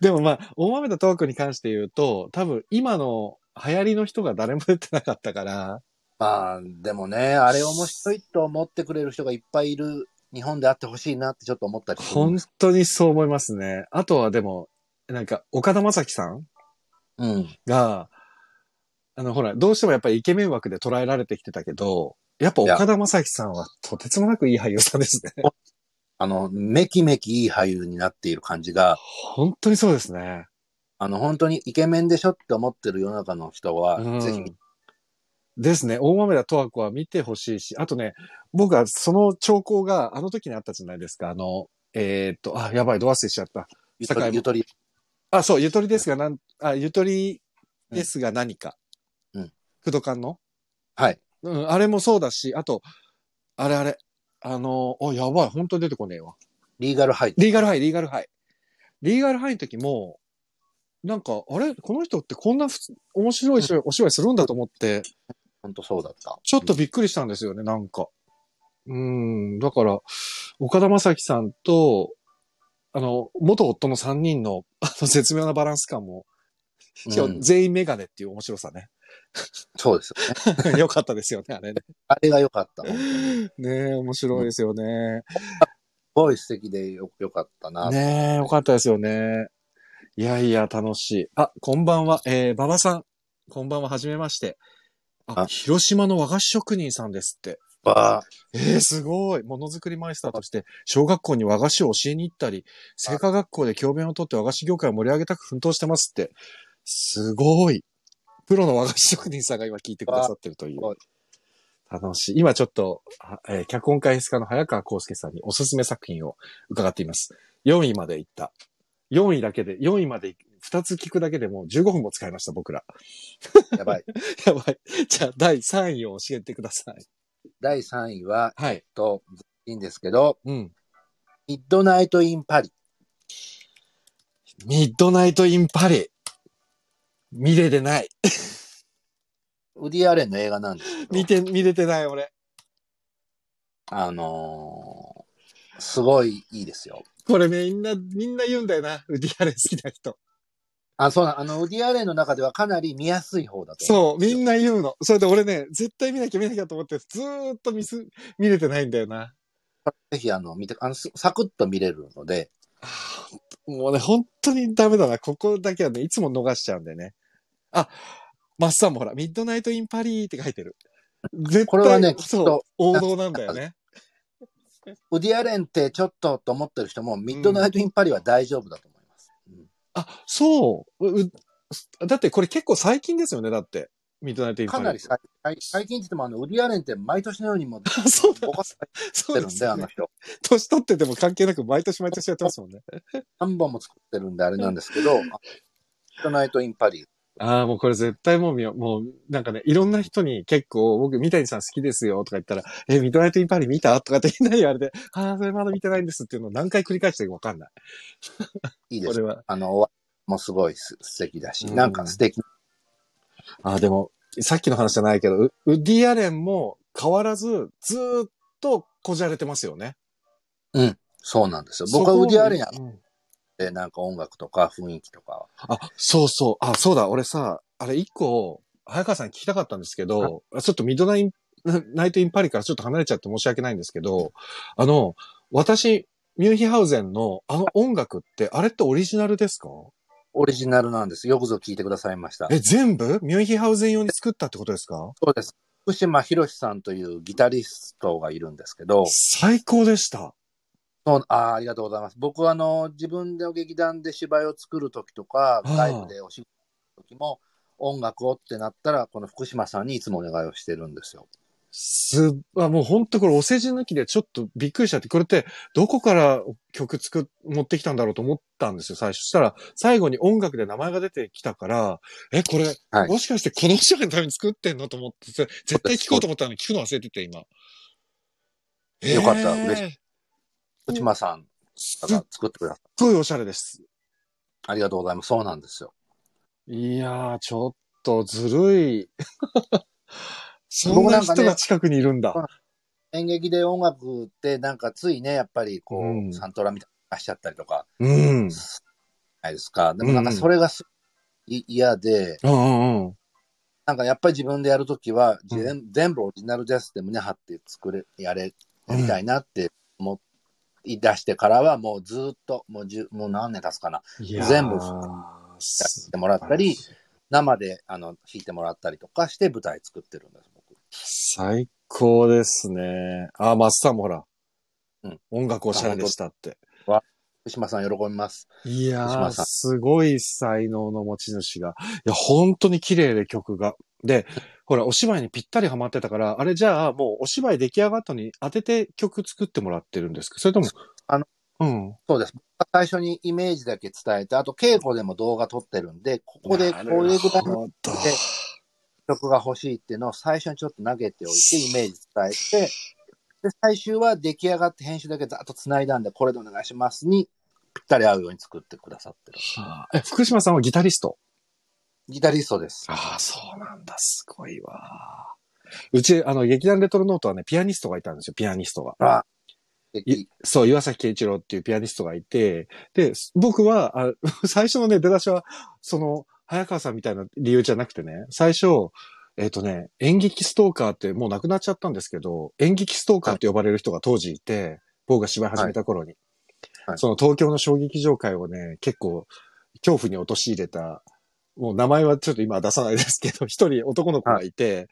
Speaker 1: でもまあ、大豆田十和子に関して言うと、多分今の流行りの人が誰も出てなかったから、
Speaker 3: まあ、でもね、あれ面白いと思ってくれる人がいっぱいいる日本であってほしいなってちょっと思ったりするん
Speaker 1: 本
Speaker 3: です。
Speaker 1: 当にそう思いますね。あとはでも、なんか岡田将生さん
Speaker 3: うん。
Speaker 1: が、あの、ほら、どうしてもやっぱりイケメン枠で捉えられてきてたけど、やっぱ岡田将生さんはとてつもなくいい俳優さんですね。
Speaker 3: あの、めきめきいい俳優になっている感じが、
Speaker 1: 本当にそうですね。
Speaker 3: あの、本当にイケメンでしょって思ってる世の中の人は、
Speaker 1: うん
Speaker 3: ぜひ、
Speaker 1: ですね。大豆田十和子は見てほしいし、あとね、僕はその兆候があの時にあったじゃないですか。あの、えーっと、あ、やばい、ド忘れしちゃった。
Speaker 3: ゆ
Speaker 1: 酒井
Speaker 3: と
Speaker 1: も
Speaker 3: り、ゆとり、
Speaker 1: あ、そう、ゆとりですが、なん、あ、ゆとりですが何か。
Speaker 3: うん。
Speaker 1: 工藤館の
Speaker 3: はい。
Speaker 1: うん、あれもそうだし、あと、あれあれ、あの、お、やばい、本当に出てこねえわ。
Speaker 3: リーガルハイ。
Speaker 1: リーガルハイ、リーガルハイ。リーガルハイの時も、なんか、あれこの人ってこんな普通面白いしお芝居するんだと思って、
Speaker 3: 本当そうだった。
Speaker 1: ちょっとびっくりしたんですよね、なんか。うん、だから、岡田将生さんと、あの、元夫の3人の、あの、絶妙なバランス感も、
Speaker 3: うん、
Speaker 1: しかも全員メガネっていう面白さね。
Speaker 3: そうですよね。
Speaker 1: よかったですよね、あれね。
Speaker 3: あれが良かった。本当にす
Speaker 1: ねえ、面白いですよね。
Speaker 3: ごい素敵でよ良かったな。
Speaker 1: ねえ、よかったですよね。いやいや、楽しい。あ、こんばんは。えー、馬場さん。こんばんは、はじめまして。あ、
Speaker 3: あ
Speaker 1: 広島の和菓子職人さんですって。
Speaker 3: わあ
Speaker 1: えー、すごい。ものづくりマイスターとして、小学校に和菓子を教えに行ったり、製菓学校で教鞭を取って和菓子業界を盛り上げたく奮闘してますって。すごい。プロの和菓子職人さんが今聞いてくださってるという
Speaker 3: すごい。
Speaker 1: 楽しい。今ちょっと、はえー脚本家演出家の早川康介さんにおすすめ作品を伺っています。4位まで行った。4位だけで、4位まで2つ聞くだけでもう15分も使いました、僕ら。
Speaker 3: やばい。
Speaker 1: やばい。じゃあ、第3位を教えてください。
Speaker 3: 第3位は、
Speaker 1: はい。
Speaker 3: と、いいんですけど、
Speaker 1: うん。
Speaker 3: ミッドナイト・イン・パリ。
Speaker 1: ミッドナイト・イン・パリ。見れてない。
Speaker 3: ウディ・アレンの映画なんですけど。
Speaker 1: 見て、見れてない、俺。
Speaker 3: あのーすごいいいですよ。
Speaker 1: これみんな、みんな言うんだよな。ウディアレン好きな人。
Speaker 3: あ、そうな、あの、ウディアレンの中ではかなり見やすい方だと思
Speaker 1: そう、みんな言うの。それで俺ね、絶対見なきゃ見なきゃと思って、ずーっと見す、見れてないんだよな。
Speaker 3: ぜひ、あの、見て、あの、すサクッと見れるので、
Speaker 1: あーもうね、本当にダメだな。ここだけはね、いつも逃しちゃうんだよね。あ、マッサンもほら、ミッドナイト・イン・パリーって書いてる。絶対、
Speaker 3: これはねきっと
Speaker 1: そう、王道なんだよね。
Speaker 3: ウディアレンってちょっとと思ってる人も、ミッドナイト・イン・パリは大丈夫だと思います。うん
Speaker 1: あ、そうう。うだってこれ結構最近ですよね、だって。ミッドナイト・イン・パ
Speaker 3: か
Speaker 1: リ
Speaker 3: なり最最最近って言っても、あの、ウディアレンって毎年のようにもう、
Speaker 1: そうだ
Speaker 3: ぼかされ
Speaker 1: そ
Speaker 3: て
Speaker 1: う
Speaker 3: る
Speaker 1: で
Speaker 3: ん
Speaker 1: す
Speaker 3: で、あ
Speaker 1: よ
Speaker 3: の
Speaker 1: ね。
Speaker 3: 人。
Speaker 1: 年取ってても関係なく毎年毎年やってますもんね。
Speaker 3: 何本も作ってるんで、あれなんですけど、あミッドナイト・イン・パリ、
Speaker 1: ああ、もうこれ絶対もう見よう。もう、なんかね、いろんな人に結構、僕、三谷さん好きですよとか言ったら、え、ミッドナイト・イン・パリ見たとかってみんなに言われて、ああ、それまだ見てないんですっていうのを何回繰り返してるかわかんない。
Speaker 3: いいで
Speaker 1: こ
Speaker 3: す
Speaker 1: れ。は。
Speaker 3: あの、お笑いもすごいす素敵だし、
Speaker 1: うん
Speaker 3: なんか素敵。
Speaker 1: ああ、でも、さっきの話じゃないけど、ウウッディ・アレンも変わらず、ずーっとこじゃれてますよね。
Speaker 3: そうなんですよ。僕はウディアレンやっ
Speaker 1: うん
Speaker 3: て、なんか音楽とか雰囲気とか
Speaker 1: あ、そうそう。あ、そうだ。俺さ、あれ一個、早川さんに聞きたかったんですけど、ちょっとミッドナインナイトインパリからちょっと離れちゃって申し訳ないんですけど、あの、私、ミュンヒハウゼンのあの音楽って、あれってオリジナルですか
Speaker 3: オリジナルなんです。よくぞ聞いてくださいました。
Speaker 1: え、全部ミュンヒハウゼン用に作ったってことですか
Speaker 3: そうです。福島博さんというギタリストがいるんですけど、
Speaker 1: 最高でした。
Speaker 3: そうあーありがとうございます。僕はあの自分で劇団で芝居を作るときとか、
Speaker 1: あー
Speaker 3: 外部でお仕事のときも、音楽をってなったら、この福島さんにいつもお願いをしてるんですよ。
Speaker 1: すあ、もう本当これお世辞抜きでちょっとびっくりしちゃって、これってどこから曲作っ、持ってきたんだろうと思ったんですよ、最初。したら、最後に音楽で名前が出てきたから、え、これ、
Speaker 3: はい
Speaker 1: もしかしてこの人のために作ってんのと思って、ぜ絶対聞こうと思ったのに聞くの忘れてて、今。
Speaker 3: よかった
Speaker 1: えー
Speaker 3: 嬉し福島さん
Speaker 1: すっ
Speaker 3: が作ってください。
Speaker 1: ごいおしゃれです。
Speaker 3: ありがとうございます。そうなんですよ。
Speaker 1: いやー、ちょっとずる い。そん
Speaker 3: 僕な
Speaker 1: なん
Speaker 3: かね
Speaker 1: 人が近くにいるんだ。
Speaker 3: 演劇で音楽って、なんかついね、やっぱりこう、
Speaker 1: うん
Speaker 3: サントラみたいなの出しちゃったりとか、
Speaker 1: うん。
Speaker 3: ないですか。でもなんか
Speaker 1: うんうん
Speaker 3: それがすい嫌で、
Speaker 1: うんうんうん。
Speaker 3: なんかやっぱり自分でやるときは、ぜん全部オリジナルですって胸張って作れ、やれ、やりたいなって思い出してからは、もうずっと、もうじゅもう何年経つかな、
Speaker 1: いやー
Speaker 3: 全部や
Speaker 1: す
Speaker 3: ってもらったり、生であの弾いてもらったりとかして舞台作ってるんです、僕。
Speaker 1: 最高ですね。あ、マスさんもほら、
Speaker 3: うん
Speaker 1: 音楽おしゃれでしたって。
Speaker 3: 福島さん喜びます。
Speaker 1: いや
Speaker 3: 島
Speaker 1: ー、
Speaker 3: さん
Speaker 1: すごい才能の持ち主が。いや、本当に綺麗で曲が。で、ほら、お芝居にぴったりハマってたから、あれじゃあ、もうお芝居出来上がったのに当てて曲作ってもらってるんですかそれとも、
Speaker 3: あの、
Speaker 1: うん。
Speaker 3: そうです。最初にイメージだけ伝えて、あと稽古でも動画撮ってるんで、ここでこういうぐらいの
Speaker 1: の
Speaker 3: 曲が欲しいっていうのを最初にちょっと投げておいて、イメージ伝えて、で、最終は出来上がって編集だけざっと繋いだんで、これでお願いしますに、ぴったり合うように作ってくださってる。
Speaker 1: え、福島さんはギタリスト
Speaker 3: ギタリストです。
Speaker 1: ああ、そうなんだ。すごいわ。うち、あの、劇団レトロノートはね、ピアニストがいたんですよ、ピアニストが。
Speaker 3: あで
Speaker 1: いそう、岩崎圭一郎っていうピアニストがいて、で、僕は、あ 最初のね、出だしは、その、早川さんみたいな理由じゃなくてね、最初、えっ、とね、演劇ストーカーってもう亡くなっちゃったんですけど、演劇ストーカーって呼ばれる人が当時いて、僕が芝居始めた頃に、
Speaker 3: はい
Speaker 1: その東京の小劇場会をね、結構、恐怖に陥れた、もう名前はちょっと今は出さないですけど、 一人男の子がいて、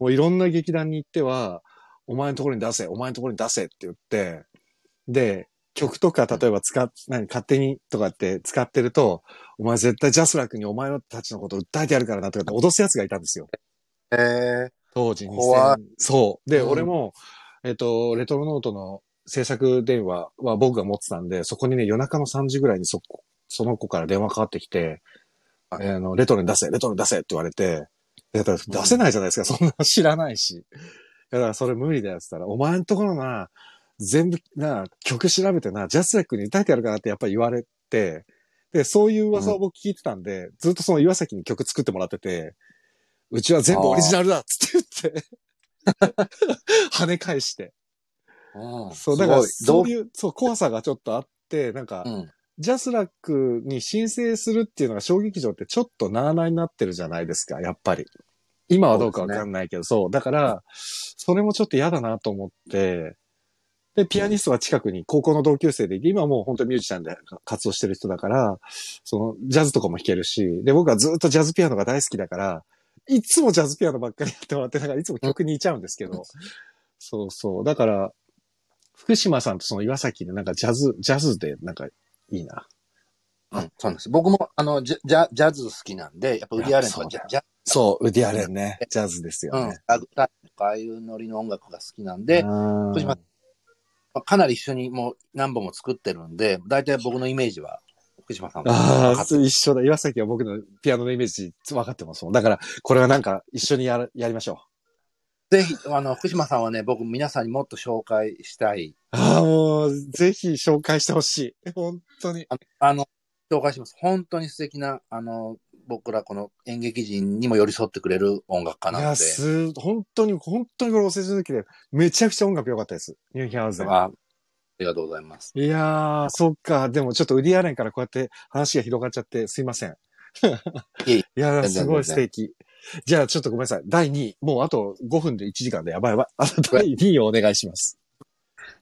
Speaker 1: もういろんな劇団に行っては、お前のところに出せ、お前のところに出せって言って、で、曲とか、例えば使っ、何、勝手にとかって使ってると、お前絶対ジャスラックにお前たちのこと訴えてやるからなとかって脅す奴がいたんですよ。
Speaker 3: えー、
Speaker 1: 当時に。
Speaker 3: 怖い
Speaker 1: そう。で、
Speaker 3: うん
Speaker 1: 俺も、えっ、と、レトロノートの制作電話は僕が持ってたんで、そこにね、夜中の3時ぐらいにそこ、その子から電話かかってきて、
Speaker 3: はい
Speaker 1: えーあの、レトロに出せ、レトロに出せって言われて、でだから出せないじゃないですか、そんな知らないし。だからそれ無理だよって言ったら、お前んところな、全部な、曲調べてな、ジャスラックに歌えてやるからってやっぱり言われて、で、そういう噂を僕聞いてたんで、ずっとその岩崎に曲作ってもらってて、うちは全部オリジナルだっつって言って、 跳ね返して。
Speaker 3: うん。
Speaker 1: そう、だから、
Speaker 3: すご
Speaker 1: そう
Speaker 3: い
Speaker 1: いう、そう、怖さがちょっとあって、なんか
Speaker 3: どう、うん。
Speaker 1: ジャスラックに申請するっていうのが小劇場ってちょっとなあなあになってるじゃないですか、やっぱり。今はどうかわかんないけど、そう,、だから、それもちょっと嫌だなと思って、で、ピアニストは近くに高校の同級生でいて、今はもう本当にミュージシャンで活動してる人だから、その、ジャズとかも弾けるし、で、僕はずっとジャズピアノが大好きだから、いつもジャズピアノばっかりやってもらって、だからいつも曲にいちゃうんです けど、そうそう。だから、福島さんとその岩崎でなんかジャズ、ジャズでなんかいいな。
Speaker 3: うん、そうなんです。僕も、あの、ジャジャジャズ好きなんで、やっぱウディアレンとか
Speaker 1: い
Speaker 3: ジ
Speaker 1: や
Speaker 3: ャジャ
Speaker 1: そう、ウディアレンね。ジャズですよ
Speaker 3: うん、
Speaker 1: ね。
Speaker 3: ラグタイムとかああいうノリの音楽が好きなんで、
Speaker 1: うん
Speaker 3: 福島かなり一緒にもう何本も作ってるんで、大体僕のイメージは福島さんも
Speaker 1: あ
Speaker 3: 分か
Speaker 1: あ、
Speaker 3: って
Speaker 1: そう一緒だ。岩崎は僕のピアノのイメージ分かってますもん。だから、これはなんか一緒にやるやりましょう。
Speaker 3: ぜひ、あの、福島さんはね、僕皆さんにもっと紹介したい。
Speaker 1: ああ、もう、ぜひ紹介してほしい。本当に。
Speaker 3: あの、紹介します。本当に素敵な、あの、僕らこの演劇人にも寄り添ってくれる音楽家
Speaker 1: い
Speaker 3: なの
Speaker 1: や、
Speaker 3: で。
Speaker 1: す、本当に、本当にこれお世辞抜きで、めちゃくちゃ音楽良かったです。ニューヒャーゼン。
Speaker 3: あありがとうございます。
Speaker 1: いやー、そっか。でもちょっとウディアレンからこうやって話が広がっちゃってすいません。
Speaker 3: いえいえ
Speaker 1: いやー、
Speaker 3: 全然
Speaker 1: すごい素敵。じゃあちょっとごめんなさい。第2位。もうあと5分で1時間でやばいやば い。あと第2位をお願いします。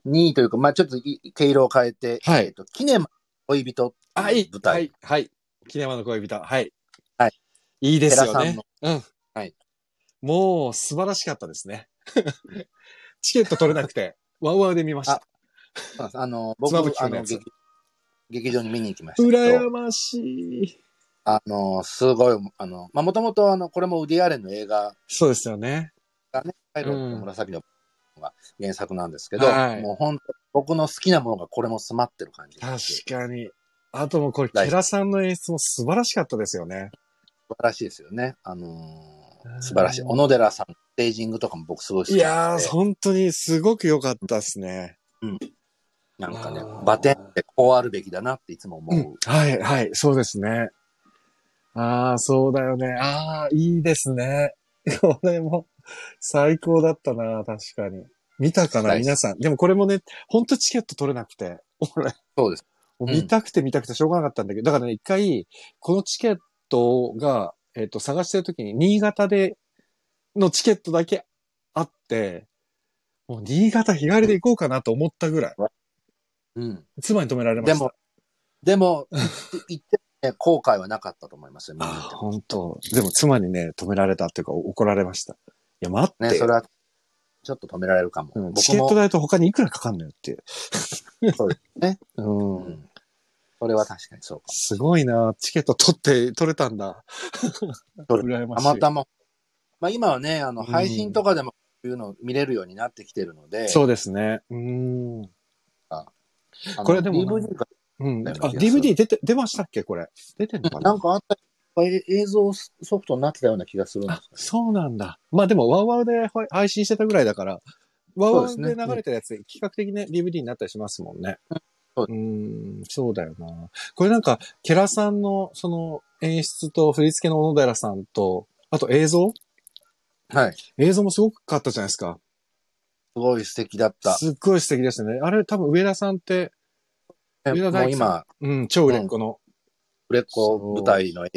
Speaker 3: 2位というか、まあちょっとい毛色を変えて、
Speaker 1: はい
Speaker 3: えっと、キネマ恋人って
Speaker 1: は
Speaker 3: いう
Speaker 1: い。
Speaker 3: 舞
Speaker 1: は
Speaker 3: 台、
Speaker 1: い。はい。キネマの恋人。はい。
Speaker 3: はい。
Speaker 1: いいですよ
Speaker 3: 寺さん
Speaker 1: ね
Speaker 3: の。
Speaker 1: うん。
Speaker 3: はい。
Speaker 1: もう素晴らしかったですね。 チケット取れなくて、ワウワウで見ました。
Speaker 3: そうなんですあの、
Speaker 1: 妻夫
Speaker 3: 僕
Speaker 1: 木、
Speaker 3: あ
Speaker 1: 君の
Speaker 3: の
Speaker 1: やつ
Speaker 3: 劇、劇場に見に行きましたけど、
Speaker 1: 羨ましい。
Speaker 3: あの、すごい、あの、まあもともと、あの、これもウディアレンの映画
Speaker 1: そうですよね。
Speaker 3: がね、パイロット
Speaker 1: うん
Speaker 3: の紫のが原作なんですけど、
Speaker 1: はい
Speaker 3: もう本当、僕の好きなものがこれも詰まってる感じで
Speaker 1: 確
Speaker 3: す。
Speaker 1: かに。あともうこれ、
Speaker 3: 大
Speaker 1: ケラさんの演出も素晴らしかったですよね。
Speaker 3: 素晴らしいですよね。あの
Speaker 1: うん
Speaker 3: ー素晴らしい。小野寺さんのステージングとかも僕すごい好
Speaker 1: い
Speaker 3: きな
Speaker 1: や
Speaker 3: ので
Speaker 1: ー、本当にすごく良かったですね。
Speaker 3: なんかね
Speaker 1: あー、
Speaker 3: バテンってこうあるべきだなっていつも
Speaker 1: う
Speaker 3: 思
Speaker 1: ん
Speaker 3: う。。
Speaker 1: はい、はい、そうですね。ああ、そうだよね。ああ、いいですね。これも最高だったな、確かに。見たかな、
Speaker 3: はい
Speaker 1: 皆さん。でもこれもね、ほんとチケット取れなくて。俺、
Speaker 3: そうです。
Speaker 1: もう
Speaker 3: うん
Speaker 1: 見たくて見たくてしょうがなかったんだけど、だからね、一回、このチケットが、えっ、と、探してるときに、新潟でのチケットだけあって、もう新潟日帰りで行こうかなと思ったぐらい、
Speaker 3: うん。
Speaker 1: 妻に止められまし
Speaker 3: で
Speaker 1: た。
Speaker 3: も、でも、言って、ね、後悔はなかったと思いますよ、見に行
Speaker 1: あ
Speaker 3: っ
Speaker 1: あ、本当でも妻にね、止められたっていうか、お怒られました。いや、待って
Speaker 3: て。
Speaker 1: よ。
Speaker 3: ね、それは、ちょっと止められるかも。
Speaker 1: うんチ
Speaker 3: 僕
Speaker 1: ケット
Speaker 3: も、
Speaker 1: 代と他にいくらかかんのよって。
Speaker 3: そうですね。
Speaker 1: う。
Speaker 3: うんん。それは確かにそうか。
Speaker 1: すごいなチケット取って、取れたんだ。
Speaker 3: 取
Speaker 1: 羨ま
Speaker 3: た
Speaker 1: しい。
Speaker 3: またま、まあ今はね、あの、
Speaker 1: うん
Speaker 3: 配信とかでも、こういうのを見れるようになってきてるので、
Speaker 1: そうですね。うん。
Speaker 3: あの
Speaker 1: これでも
Speaker 3: DVD か
Speaker 1: うん。あ、
Speaker 3: だような気がする
Speaker 1: DVD 出て、出ましたっけこれ。出てんのかな
Speaker 3: なんかあった、映像ソフトになってたような気がするんで
Speaker 1: あ
Speaker 3: す、
Speaker 1: そうなんだ。まあでも、ワウワウでほい配信してたぐらいだから、ワウワウ
Speaker 3: そう
Speaker 1: で
Speaker 3: ですね
Speaker 1: 流れてるやつ、比較的ね、DVD になったりしますもんね。
Speaker 3: そう
Speaker 1: うーん、そうだよな。これなんか、ケラさんの、その、演出と振り付けの小野寺さんと、あと映像
Speaker 3: はい。す
Speaker 1: 映像もすごかったじゃないですか。
Speaker 3: ごい素敵だった。
Speaker 1: すっごい素敵ですね。あれ多分上田さんって、上田
Speaker 3: も
Speaker 1: 大
Speaker 3: う
Speaker 1: 樹さん
Speaker 3: 今、
Speaker 1: うん、超売れっ子の、
Speaker 3: 売れっ子舞台の映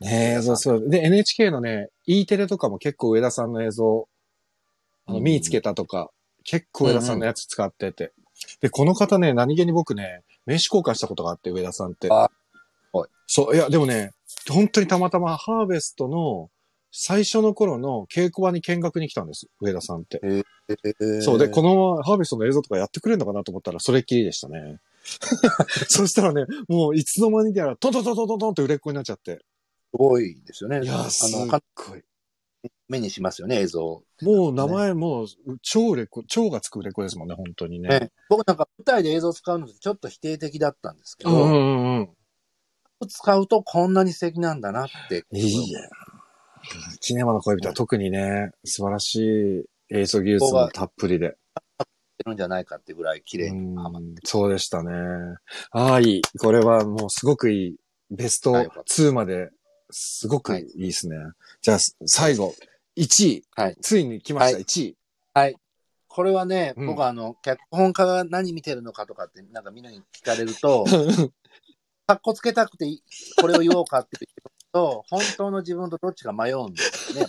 Speaker 1: ねえ、そうそう。で、NHK のね、E テレとかも結構上田さんの映像、あの、
Speaker 3: うん
Speaker 1: 見つけたとか、結構上田さんのやつ使ってて。で、この方ね、何気に僕ね、名刺交換したことがあって、上田さんって。
Speaker 3: あはい
Speaker 1: そう、いや、でもね、本当にたまたまハーベストの最初の頃の稽古場に見学に来たんです、上田さんって。
Speaker 3: 画。
Speaker 1: そう、で、こ
Speaker 3: の、
Speaker 1: のままハーベストの映像とかやってくれるのかなと思ったら、それっきりでした ね。そしたらね、もういつの間にやら、トントントントントントンって売れっ子になっちゃって。
Speaker 3: すごいですよね。
Speaker 1: いや、
Speaker 3: あ
Speaker 1: すっ
Speaker 3: の、か
Speaker 1: ごい。
Speaker 3: 目にしますよね、映像。
Speaker 1: もう名前も超売れっ子、超がつく売れっ子ですもんね、本当にね。
Speaker 3: ね僕なんか舞台で映像使うのってちょっと否定的だったんですけ
Speaker 1: うんう
Speaker 3: ど、
Speaker 1: んうん。
Speaker 3: 使うとこんなに素敵なんだなって。
Speaker 1: いいや。キネマの恋人は特にね、素晴らしい映像技術もたっぷりで。
Speaker 3: るんじゃないかってぐらい綺麗にはまっ
Speaker 1: うんそうでしたね。ああ、いい。これはもうすごくいい。ベスト
Speaker 3: はいよかっ
Speaker 1: 2まで、すごくいいですね。じゃあ、最後、1位。
Speaker 3: はい
Speaker 1: ついに来ました、
Speaker 3: はい
Speaker 1: 1位。
Speaker 3: これはね、
Speaker 1: うん
Speaker 3: 僕あの、脚本家が何見てるのかとかって、なんかみんなに聞かれる と、かっこつけたくてい、これを言おうかって言うと、本当の自分とどっちか迷うんです よね。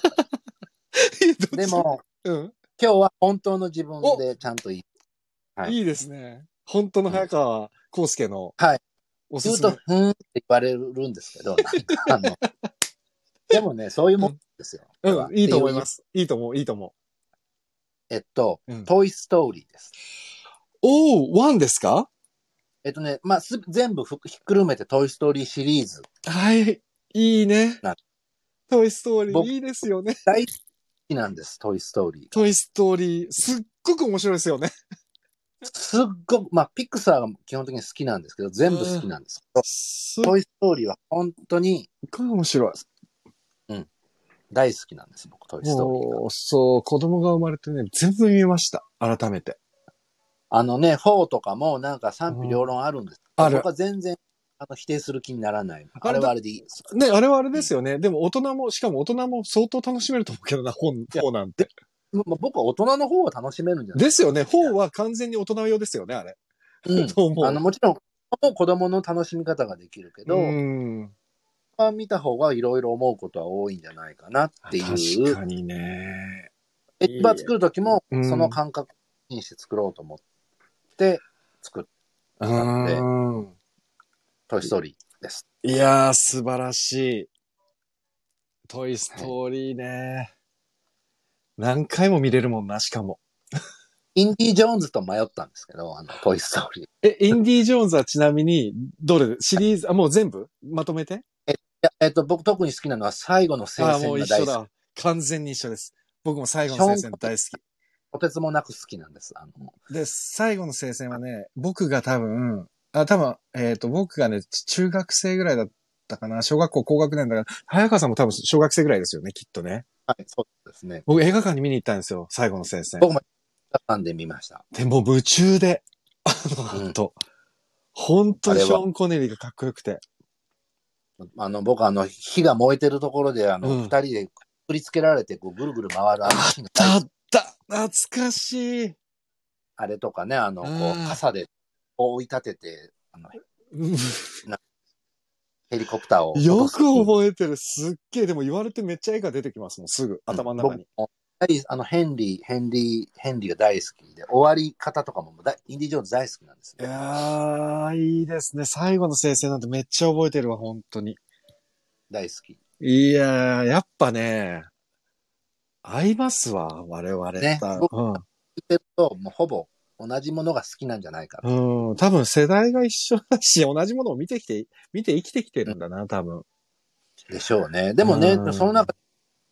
Speaker 3: で、も、
Speaker 1: うん、
Speaker 3: 今日は本当の自分でちゃんと言いはい
Speaker 1: いいですね。本当の早川康介の、
Speaker 3: はい。
Speaker 1: おす
Speaker 3: 言う
Speaker 1: すめ
Speaker 3: と、。ふーんって言われるんですけど、なんか あの、でもね、そういうもんですよ。これは
Speaker 1: うん、いいと思いま
Speaker 3: って
Speaker 1: す。いいと思う、いいと思
Speaker 3: う。えっと、
Speaker 1: うん
Speaker 3: トイストーリーです。
Speaker 1: う。おー、ワンですか
Speaker 3: えっとね、まあ、す全部ふひっくるめてトイストーリーシリーズ。
Speaker 1: はい。いいね
Speaker 3: な。
Speaker 1: トイストーリー、
Speaker 3: 僕
Speaker 1: いいですよね。
Speaker 3: 大好きなんです、トイストーリー。
Speaker 1: トイストーリー、すっごく面白いですよね。
Speaker 3: すっごく、まあ、ピクサーが基本的に好きなんですけど、全部好きなんですけど、
Speaker 1: すっ
Speaker 3: トイ・ストーリーは本当に
Speaker 1: ごい面白い。
Speaker 3: 大好きなんです、僕、トイ・ストーリーが。
Speaker 1: もう、そう、子供が生まれてね、全部見ました。改めて。
Speaker 3: あのね、4とかもなんか賛否両論あるんですけど、
Speaker 1: うんある
Speaker 3: 僕は全然あの否定する気にならない。
Speaker 1: あ
Speaker 3: あ
Speaker 1: れ
Speaker 3: れ
Speaker 1: だ
Speaker 3: はあれでいいです。
Speaker 1: ね、あれはあれですよね。でも大人も、しかも大人も相当楽しめると思うけどな、本、
Speaker 3: や
Speaker 1: 本なんて。
Speaker 3: もう僕は大人の方を楽しめるんじゃない
Speaker 1: ですよね。本は完全に大人用ですよね、あれ。
Speaker 3: うん
Speaker 1: と思う。
Speaker 3: あの、もちろん、子供の楽しみ方ができるけど、
Speaker 1: うん。
Speaker 3: まあ見た方がいろいろ思うことは多いんじゃないかなってい
Speaker 1: 確
Speaker 3: う。
Speaker 1: かにね。
Speaker 3: エバー作る時も、
Speaker 1: うん
Speaker 3: その感覚にして作ろうと思って、作っ
Speaker 1: う
Speaker 3: なんで
Speaker 1: ん。
Speaker 3: た、トイ・ストーリーです。
Speaker 1: いやー、素晴らしい。トイストーリーね。何回も見れるもんな、しかも。
Speaker 3: インディ・ジョーンズと迷ったんですけど、あの、トイ・ストー リー。い
Speaker 1: え、インディ・ジョーンズはちなみに、どれシリーズ、あ、もう全部まとめて
Speaker 3: や、えっと、僕特に好きなのは最後の聖
Speaker 1: あ、
Speaker 3: 戦
Speaker 1: もう
Speaker 3: が
Speaker 1: 一
Speaker 3: 大
Speaker 1: 緒
Speaker 3: 好き。
Speaker 1: だ。完全に一緒です。僕も最後の聖戦大好
Speaker 3: とてつもなく好きなんです。あの、
Speaker 1: き。で、最後の聖戦はね、僕が多分、あ、多分、えっ、と、僕がね、ち中学生ぐらいだったかな、小学校高学年だから、早川さんも多分小学生ぐらいですよね、きっとね。
Speaker 3: はい、そうですね。
Speaker 1: 僕映画館に見に行ったんですよ、最後の聖戦。
Speaker 3: 僕も映んで見ました。
Speaker 1: で、もう夢中で、あの、
Speaker 3: うん
Speaker 1: 後、本当に
Speaker 3: あ
Speaker 1: シ
Speaker 3: れは
Speaker 1: ョーン・コネリーがかっこよくて。
Speaker 3: あの、僕あの、火が燃えてるところで、あ
Speaker 1: うん
Speaker 3: の、二人でくくりつけられて、こう、ぐるぐる回るあのシーンが
Speaker 1: だった懐かしい
Speaker 3: あれとかね、あの、こ
Speaker 1: うん
Speaker 3: う、傘で追い立てて、あの、
Speaker 1: うん
Speaker 3: ヘリコプターを落
Speaker 1: よ
Speaker 3: とす。
Speaker 1: く覚えてる。すっげえ。でも言われてめっちゃ絵が出てきますもん、すぐ。頭の中に。
Speaker 3: 僕もやはりあの、ヘンリー、ヘンリー、ヘンリーが大好きで、終わり方とかもだ、インディ・ジョーンズ大好きなんです
Speaker 1: い
Speaker 3: ね。
Speaker 1: やー、いいですね。最後の生成なんてめっちゃ覚えてるわ、本当に。
Speaker 3: 大好き。
Speaker 1: いやー、やっぱね、合いますわ、我々。
Speaker 3: ね僕言ってると、もうほぼ同じものが好きなんじゃないかな。
Speaker 1: うん。うん。多分世代が一緒だし、同じものを見てきて、見て生きてきてるんだな、多分。
Speaker 3: でしょうね。でもね、
Speaker 1: うん
Speaker 3: その中で好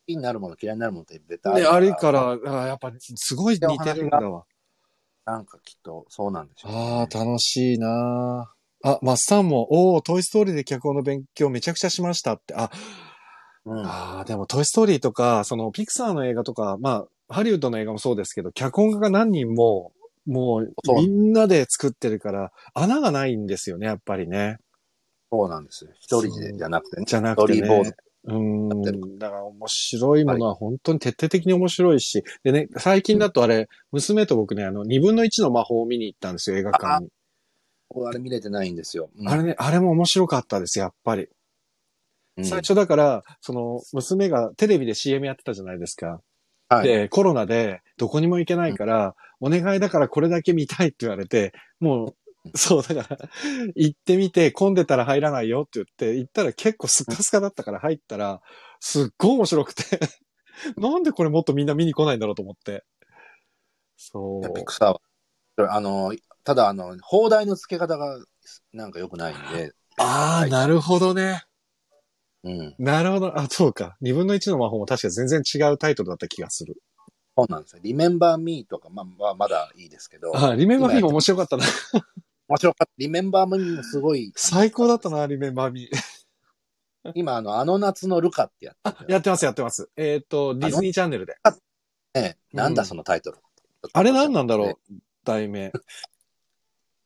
Speaker 3: きになるもの、嫌いになるものって絶対、
Speaker 1: ね、あるからら、あやっぱすごい似てるんだわ。
Speaker 3: なんかきっとそうなんでしょう、
Speaker 1: ああ、楽しいなーあ、マスさんも、おお、トイストーリーで脚本の勉強めちゃくちゃしましたって。あ、
Speaker 3: うん、
Speaker 1: ああ、でもトイストーリーとか、そのピクサーの映画とか、まあ、ハリウッドの映画もそうですけど、脚本家が何人も、もう
Speaker 3: そう
Speaker 1: みんなで作ってるから、穴がないんですよね、やっぱりね。
Speaker 3: そうなんですよ。一人でじゃなくてね。
Speaker 1: じゃなくて
Speaker 3: ストーリーボー
Speaker 1: ね
Speaker 3: ド。
Speaker 1: う
Speaker 3: やって
Speaker 1: ん。だから面白いものは本当に徹底的に面白いし、でね、最近だとあれ、娘と僕ね、あの、二分の一の魔法を見に行ったんですよ、映画館に。
Speaker 3: あれ見れてないんですよ。うん
Speaker 1: あれね、あれも面白かったです、やっぱり。
Speaker 3: うん
Speaker 1: 最初だから、その、娘がテレビで CM やってたじゃないですか。
Speaker 3: はい
Speaker 1: で、コロナでどこにも行けないから、お願いだからこれだけ見たいって言われて、もう、そう、だから、 行ってみて、混んでたら入らないよって言って、行ったら結構スッカスカだったから入ったら、すっごい面白くて、 なんでこれもっとみんな見に来ないんだろうと思って。そ
Speaker 3: ピ
Speaker 1: う。
Speaker 3: クサーは。あの、ただ、あの、放題の付け方がなんか良くないんで、
Speaker 1: ああ、なるほどね。
Speaker 3: うん。
Speaker 1: なるほど。あ、そうか。二分の一の魔法も確か全然違うタイトルだった気がする。
Speaker 3: そうなんですよ。Remember Me とか、まあ、まあ、まだいいですけど、
Speaker 1: あ、リメンバーミーも面白かったな。
Speaker 3: 面白かった。Remember Me もすごい。
Speaker 1: 最高だったな、リメンバーミー。
Speaker 3: 今、あの、あの夏のルカってやってるじゃ
Speaker 1: やってます、やってます。えーっ、と、ディズニーチャンネルで。
Speaker 3: んねなんだそのタイトル。
Speaker 1: あれ何なんだろう題名。
Speaker 3: う。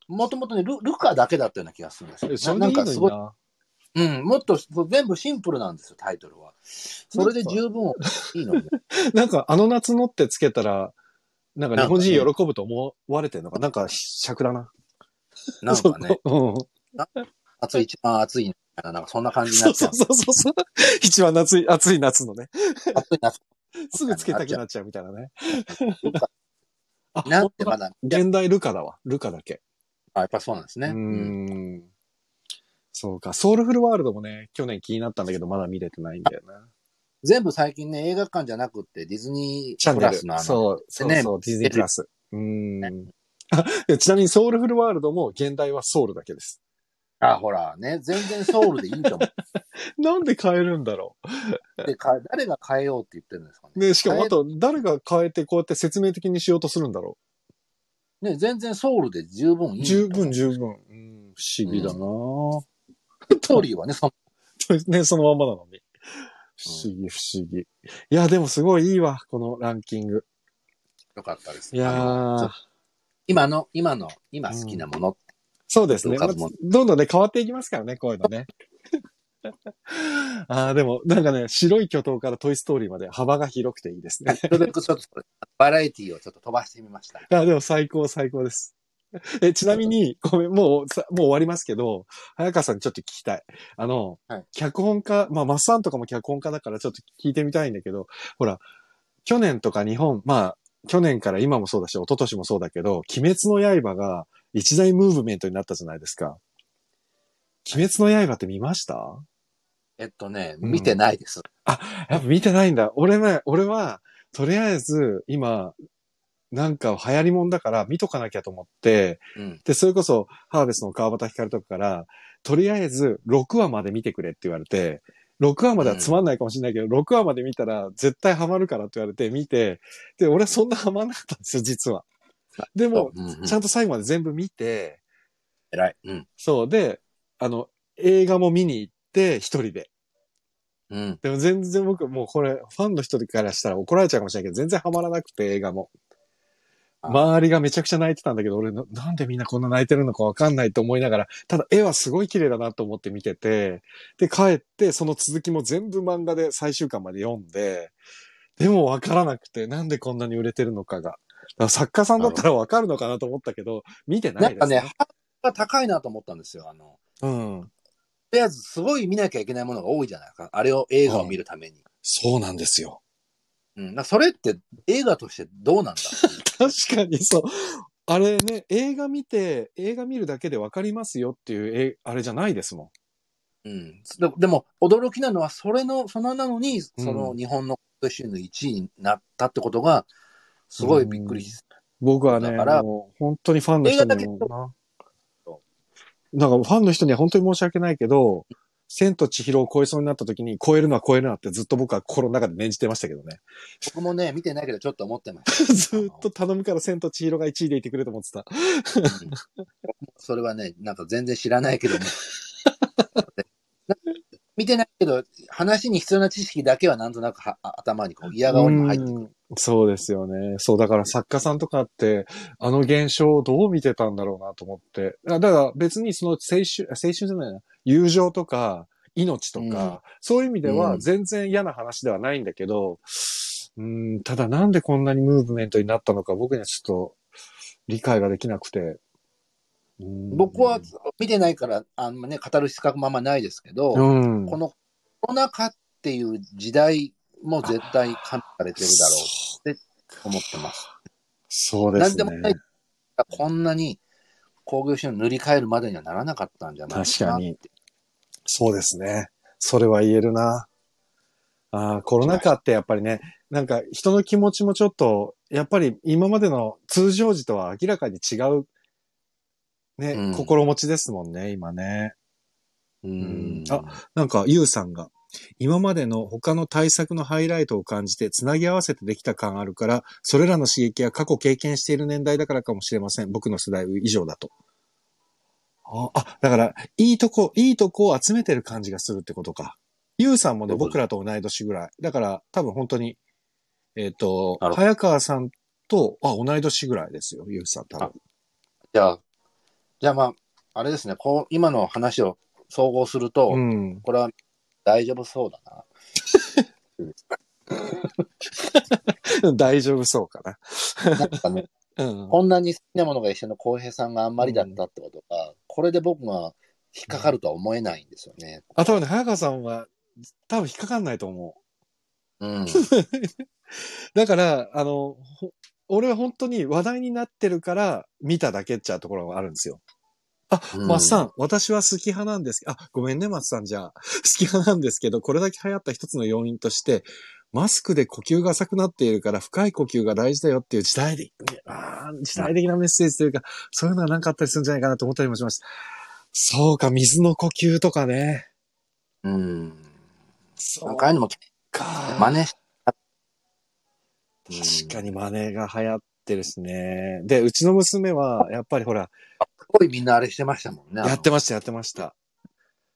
Speaker 3: もともとねル、ルカだけだったような気がするんですよ。
Speaker 1: それで
Speaker 3: ないん
Speaker 1: いの
Speaker 3: か
Speaker 1: に
Speaker 3: すごい、
Speaker 1: な。
Speaker 3: うん、もっとそう全部シンプルなんですよ、タイトルは。それで十分いい のにね。
Speaker 1: なんか、あの夏のってつけたら、なんか日本人喜ぶと思われてるのか。なんか、尺だな。
Speaker 3: なんかね、
Speaker 1: そこ
Speaker 3: 暑い、一番暑い、なんかそんな感
Speaker 1: うん。
Speaker 3: じにな
Speaker 1: そ
Speaker 3: っ
Speaker 1: う
Speaker 3: ち
Speaker 1: そ
Speaker 3: ゃ
Speaker 1: う
Speaker 3: う。
Speaker 1: そうそう。一番夏い、暑い夏のね。
Speaker 3: 暑い夏
Speaker 1: すぐつけたくなっちゃうみたいなね。あ
Speaker 3: になっ
Speaker 1: 本当
Speaker 3: てま
Speaker 1: だ
Speaker 3: だ、
Speaker 1: 現代ルカだわ。ルカだけ。
Speaker 3: あやっぱそうなんですね。
Speaker 1: うー
Speaker 3: うん
Speaker 1: ん。そうか。ソウルフルワールドもね、去年気になったんだけど、まだ見れてないんだよな。
Speaker 3: 全部最近ね、映画館じゃなくって、ディズニ
Speaker 1: チャ
Speaker 3: ー
Speaker 1: ン
Speaker 3: プ
Speaker 1: ネ
Speaker 3: ラ
Speaker 1: ル。
Speaker 3: スのあの、
Speaker 1: そう、そう
Speaker 3: ね
Speaker 1: そう、ディズニープラス。うー ん。あちなみにソウルフルワールドも現代はソウルだけです。
Speaker 3: あ、ほらね、全然ソウルでいいと思っ
Speaker 1: なんで変えるんだろ
Speaker 3: て、か誰が変えようって言ってるんですか
Speaker 1: う。
Speaker 3: ね。
Speaker 1: ね、しかも
Speaker 3: 変え
Speaker 1: あと、誰が変えてこうやって説明的にしようとするんだろ
Speaker 3: ね、全然ソウルで十分いい。
Speaker 1: 十分、十分。うん、不思議だな、
Speaker 3: ストーリーはね、その
Speaker 1: ね、そのまんまなのに。不思議、不思議。いや、でもすごいいいわ、このランキング。
Speaker 3: よかったです。
Speaker 1: いや
Speaker 3: あのちょ
Speaker 1: ー、
Speaker 3: 今の、今の、今好きなものって
Speaker 1: そうですね。
Speaker 3: ど
Speaker 1: まあ
Speaker 3: うかと思う
Speaker 1: どんどんね、変わっていきますからね、こういうのね。 ああ、でも、なんかね、白い巨頭からトイストーリーまで幅が広くていいですね。
Speaker 3: なるべくちょっとバラエティをちょっと飛ばしてみました。
Speaker 1: あでも最高、最高です。え、ちなみに、ごめん、もうさ、もう終わりますけど、早川さんにちょっと聞きたい。あの、
Speaker 3: はい
Speaker 1: 脚本家、まあ、マッサンとかも脚本家だからちょっと聞いてみたいんだけど、ほら、去年とか日本、まあ、去年から今もそうだし、一昨年もそうだけど、鬼滅の刃が一大ムーブメントになったじゃないですか。鬼滅の刃って見ました
Speaker 3: えっとね、
Speaker 1: うん
Speaker 3: 見てないです。
Speaker 1: やっぱ見てないんだ。俺ね、俺は、とりあえず、今、なんか流行りもんだから見とかなきゃと思って、
Speaker 3: うん。
Speaker 1: で、それこそ、ハーベスの川端光とかから、とりあえず6話まで見てくれって言われて、6話まではつまんないかもしれないけど、6話まで見たら絶対ハマるからって言われて見て、で、俺はそんなハマんなかったんですよ、実は。でも、
Speaker 3: うんうん、
Speaker 1: ちゃんと最後まで全部見て、
Speaker 3: 偉い。うん。
Speaker 1: そう、で、あの、映画も見に行って、一人で。
Speaker 3: うん。
Speaker 1: でも全然僕、もうこれ、ファンの人からしたら怒られちゃうかもしれないけど、全然ハマらなくて、映画も。
Speaker 3: あ
Speaker 1: 周りがめちゃくちゃ泣いてたんだけど、俺な、なんでみんなこんな泣いてるのかわかんないと思いながら、ただ絵はすごい綺麗だなと思って見てて、で、帰って、その続きも全部漫画で最終巻まで読んで、でもわからなくて、なんでこんなに売れてるのかが。だから作家さんだったらわかるのかなと思ったけど、見てな
Speaker 3: ないん
Speaker 1: で
Speaker 3: か
Speaker 1: す
Speaker 3: ね、ハードルが高いなと思ったんですよ。あの、
Speaker 1: うん。
Speaker 3: とりあえずすごい見なきゃいけないものが多いじゃないですか。あれを映画を見るために。
Speaker 1: そうなんですよ。
Speaker 3: うん。なんかそれって映画としてどうなんだ
Speaker 1: 確かにそう。あれね、映画見て、映画見るだけでわかりますよっていう、えあれじゃないですも
Speaker 3: うん。ででも、驚きなのは、それの、そのなの
Speaker 1: う
Speaker 3: に、
Speaker 1: ん
Speaker 3: その日本の収入1位になったってことが、すごいびっくりし
Speaker 1: ん。僕はね、
Speaker 3: だから
Speaker 1: もう本当にファンの人
Speaker 3: 映
Speaker 1: に
Speaker 3: 画だけ
Speaker 1: もな。なんかファンの人には本当に申し訳ないけど、千と千尋を超えそうになった時に、超えるのは超えるなってずっと僕は心の中で念じてましたけどね。
Speaker 3: 僕もね、見てないけど、ちょっと思ってまし
Speaker 1: ずっと頼むから千と千尋が1位でいてくれと思ってた。
Speaker 3: た。うん それはね、なんか全然知らないけども。 見てないけど、話に必要な知識だけはなんとなくはあ頭にこう嫌顔にも入ってくる。
Speaker 1: うんそうですよね。そう、だから作家さんとかって、あの現象をどう見てたんだろうなと思って。あだから別にその青春、あ青春じゃないな、友情とか、命とか、
Speaker 3: うん
Speaker 1: そういう意味で
Speaker 3: う
Speaker 1: は
Speaker 3: ん
Speaker 1: 全然嫌な話ではないんだけど、うん、ただなんでこんなにムーブメントになったのか僕にはちょっと理解ができなくて。うん
Speaker 3: 僕は見てないから、あんまね、語る資格もあんまないですけど、
Speaker 1: うん。
Speaker 3: このコロナ禍っていう時代も絶対加味されてるだろうって思ってます。
Speaker 1: そうで
Speaker 3: 何
Speaker 1: す
Speaker 3: で
Speaker 1: ね
Speaker 3: も。ない、こんなに工業収入塗り替えるまでにはならなかったんじゃない
Speaker 1: 確かに。そうですね。それは言えるな。ああ、コロナ禍ってやっぱりね、なんか人の気持ちもちょっと、やっぱり今までの通常時とは明らかに違う、ね、
Speaker 3: うん
Speaker 1: 心持ちですもんね、今ね。
Speaker 3: うん。
Speaker 1: あなんか、ゆうさんが、今までの他の対策のハイライトを感じて、つなぎ合わせてできた感あるから、それらの刺激は過去経験している年代だからかもしれません。僕の世代以上だと。あ、あだから、いいとこ、いいとこを集めてる感じがするってことか。ゆうさんもね、
Speaker 3: そうそう
Speaker 1: 僕らと同い年ぐらい。だから、多分本当に、えっ、と
Speaker 3: なる、ほど
Speaker 1: 早川さんと、あ、同い年ぐらいですよ、ゆうさん多分。
Speaker 3: じゃあ、じゃあまあ、あれですね、こう、今の話を総合すると、
Speaker 1: うん。
Speaker 3: これは大丈夫そうだな。
Speaker 1: 大丈夫そうかな。
Speaker 3: なんかね、
Speaker 1: うん。
Speaker 3: こんなに好きなものが一緒の浩平さんがあんまりだったってことが、これで僕が引っかかるとは思えないんですよね。
Speaker 1: あ、多分ね、早川さんは、多分引っかかんないと思う。
Speaker 3: うん。
Speaker 1: だから、あの、ほ俺は本当に話題になってるから見ただけっちゃうところがあるんですよ。あ、
Speaker 3: うん
Speaker 1: 松さん、私は好き派なんですけど、あ、ごめんね、松さんじゃあ。好き派なんですけど、これだけ流行った一つの要因として、マスクで呼吸が浅くなっているから深い呼吸が大事だよっていう時代的、あー時代的なメッセージというか、そういうのはなんかあったりするんじゃないかなと思ったりもしました。そうか、水の呼吸とかね。
Speaker 3: うん。
Speaker 1: そ
Speaker 3: な
Speaker 1: うん
Speaker 3: かああいうのも
Speaker 1: か。
Speaker 3: 真似し
Speaker 1: 確かにマネーが流行っってるしね。で、うちの娘は、やっぱりほら、
Speaker 3: すごいみんなあれしてましたもんね。
Speaker 1: やってました、やってました。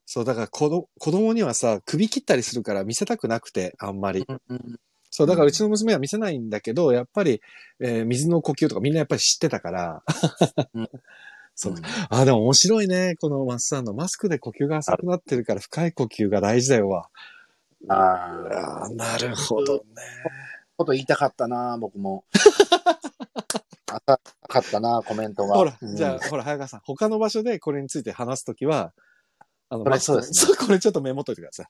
Speaker 1: そう、だから子ど子供にはさ、首切ったりするから見せたくなくて、あんまり。
Speaker 3: うんうん
Speaker 1: そう、だからうちの娘は見せないんだけど、やっぱり、えー水の呼吸とかみんなやっぱり知ってたから
Speaker 3: うん。
Speaker 1: そう。あ、でも面白いね。このマスさんのマスクで呼吸が浅くなってるから深い呼吸が大事だよわ。
Speaker 3: ああ、
Speaker 1: あーなるほどね。
Speaker 3: こと言いたかったな、僕も。あたかったな、コメントが。
Speaker 1: ほら、
Speaker 3: うん
Speaker 1: じゃあ、ほら、早川さん、他の場所でこれについて話すときは、あの、
Speaker 3: それそうですね
Speaker 1: そう、 これちょっとメモっといてください。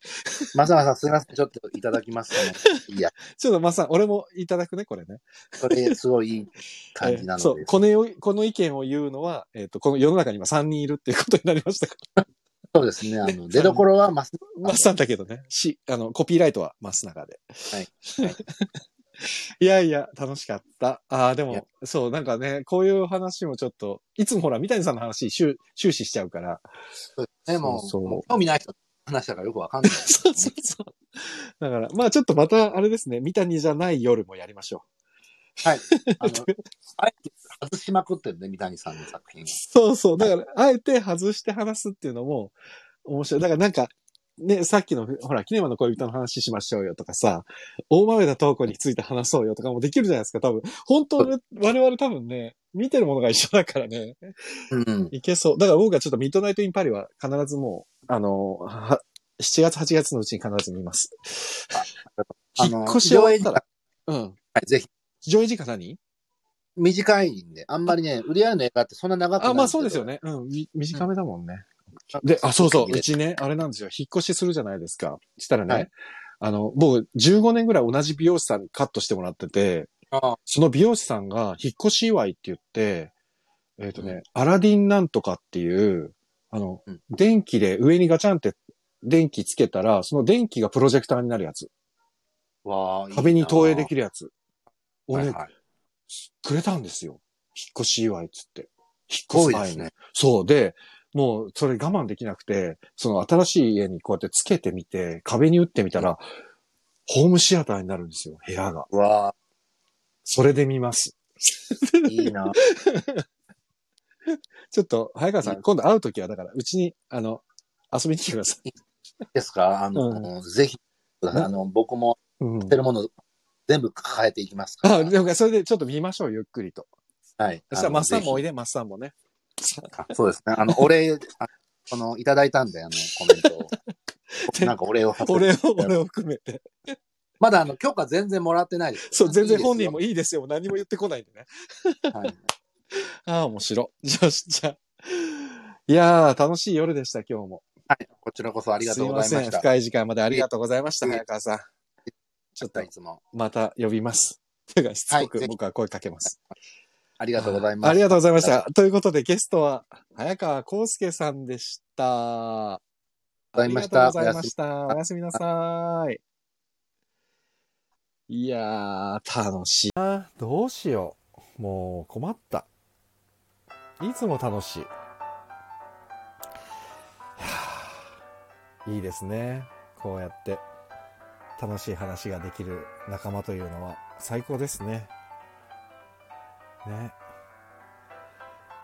Speaker 3: まさまさん、すいません、ちょっといただきます ね。いや、
Speaker 1: ちょっとマスさん、俺もいただくね、これね。
Speaker 3: それ、すごいいい感じなので。
Speaker 1: そう、この、この意見を言うのは、えっ、と、この世の中に今3人いるっていうことになりましたか
Speaker 3: そうですね。あの、出どころはマス、
Speaker 1: ら。マスさんだけどね。し、あの、コピーライトはマス中で。。
Speaker 3: はい
Speaker 1: いやいや、楽しかった。ああ、で
Speaker 3: いや
Speaker 1: も、そう、なんかね、こういう話もちょっと、いつもほら、三谷さんの話、終終始しちゃうから。
Speaker 3: ね、もう、
Speaker 1: そうそう
Speaker 3: もう興味ない人の話だからよくわかんな い。
Speaker 1: そうそうそう。だから、まあちょっとまた、あれですね、三谷じゃない夜もやりましょう。
Speaker 3: あの、あえて外しまくってるね、三谷さんの作品を。
Speaker 1: そうそう。だから、あえて外して話すっていうのも面白い。だからなんか、ね、さっきの、ほら、キネマの恋人の話しましょうよとかさ、大豆田東子について話そうよとかもできるじゃないですか、多分。本当に、我々多分ね、見てるものが一緒だからね、
Speaker 3: うん。
Speaker 1: いけそう。だから僕はちょっとミッドナイトインパリは必ずもう、あの、は7月、8月のうちに必ず見ます。
Speaker 3: あ
Speaker 1: 引
Speaker 3: の
Speaker 1: っ越し終わったら。うん。
Speaker 3: はい、ぜひ。
Speaker 1: 上映時間何
Speaker 3: 短いんで、あんまりね、売り合いの映画ってそんな長くない
Speaker 1: あ、
Speaker 3: んけど
Speaker 1: まあそうですよ。ね。うん。み短めだもんね。で、あ、そうそう。うちね、あれなんですよ。引っ越しするじゃないですか。したらね、
Speaker 3: はい
Speaker 1: あの、僕、15年ぐらい同じ美容師さんにカットしてもらってて、
Speaker 3: あ
Speaker 1: その美容師さんが引っ越し祝いって言って、えっ、とね、アラディンなんとかっていう、あの、
Speaker 3: うん
Speaker 1: 電気で上にガチャンって電気つけたら、その電気がプロジェクターになるやつ。
Speaker 3: わあいいな
Speaker 1: 壁に投影できるやつ。を
Speaker 3: は
Speaker 1: ね、
Speaker 3: いはい。
Speaker 1: くれたんですよ。引っ越し祝いっつって。引っ越
Speaker 3: 多
Speaker 1: す
Speaker 3: いで
Speaker 1: 前
Speaker 3: す
Speaker 1: に。
Speaker 3: ね。
Speaker 1: そう。で、もう、それ我慢できなくて、その新しい家にこうやってつけてみて、壁に打ってみたら、ホームシアターになるんですよ、部屋が。
Speaker 3: うわあ
Speaker 1: それで見ます。
Speaker 3: いいな。
Speaker 1: ちょっと、早川さん、今度会うときは、だから、うちに、あの、遊びに来てください。
Speaker 3: ですかあの、ぜひ、あの、僕も
Speaker 1: うん
Speaker 3: 売っ。てるもの全部抱えていきますから。
Speaker 1: あ、でも、それでちょっと見ましょう、ゆっくりと。
Speaker 3: はい。
Speaker 1: そしたら、マッサンもおい
Speaker 3: い
Speaker 1: で、マッサンもね。
Speaker 3: そうですね。あの、お礼、あその、いただいたんで、あの、コメントを
Speaker 1: で
Speaker 3: なんかお礼をさせて
Speaker 1: 俺を、俺を含めて。
Speaker 3: まだあの、許可全然もらってないです。
Speaker 1: そう、全然本人
Speaker 3: も。
Speaker 1: もいいですよ、何も言ってこないんでね。
Speaker 3: はい
Speaker 1: ああ、面白い。じゃあ、じゃあ。いやー、楽しい夜でした、今日も。
Speaker 3: はい。こちらこそありがとうございまし
Speaker 1: すいません。
Speaker 3: た。
Speaker 1: 深い時間までありがとうございました、
Speaker 3: いえ
Speaker 1: 早川さん。ちょっと
Speaker 3: いつも。
Speaker 1: また呼びます。 というか、しつこ
Speaker 3: は
Speaker 1: く
Speaker 3: い
Speaker 1: 僕は声かけます。
Speaker 3: ありがとうございます。
Speaker 1: ありがとうございました。ということで、ゲストは、早川康介さんでした。あ
Speaker 3: ござい
Speaker 1: り
Speaker 3: ま
Speaker 1: が
Speaker 3: し
Speaker 1: とう
Speaker 3: た
Speaker 1: ございました。おやすみなさい。いやー、楽しい。
Speaker 4: あーどうしようもう困ったいつも楽しいはあいいですねこうやって楽しい話ができる仲間というのは最高ですねね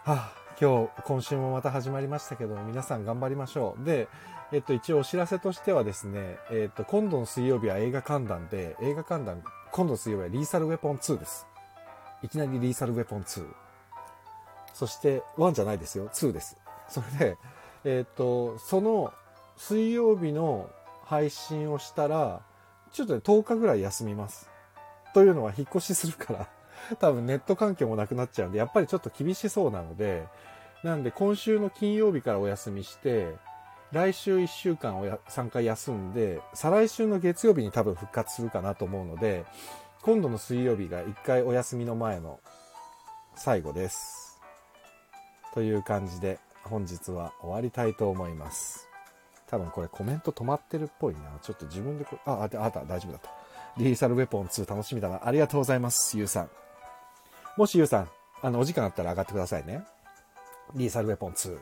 Speaker 4: はあ今日今週もまた始まりましたけども皆さん頑張りましょうでえっと、一応お知らせとしてはですね、えっと、今度の水曜日は映画観覧で、映画観覧、今度の水曜日はリーサルウェポン2です。いきなりリーサルウェポン2。そして、1じゃないですよ、2です。それで、えっと、その水曜日の配信をしたら、ちょっとね、10日ぐらい休みます。というのは引っ越しするから、 多分ネット環境もなくなっちゃうんで、やっぱりちょっと厳しそうなので、なんで今週の金曜日からお休みして、来週1週間をや3回休んで、再来週の月曜日に多分復活するかなと思うので、今度の水曜日が1回お休みの前の最後です。という感じで、本日は終わりたいと思います。多分これコメント止まってるっぽいな。ちょっと自分でこ、あ、あああった、大丈夫だった。リーサルウェポン2楽しみだな。ありがとうございます、ゆうさん。もしゆうさん、あの、お時間あったら上がってくださいね。リーサルウェポン2。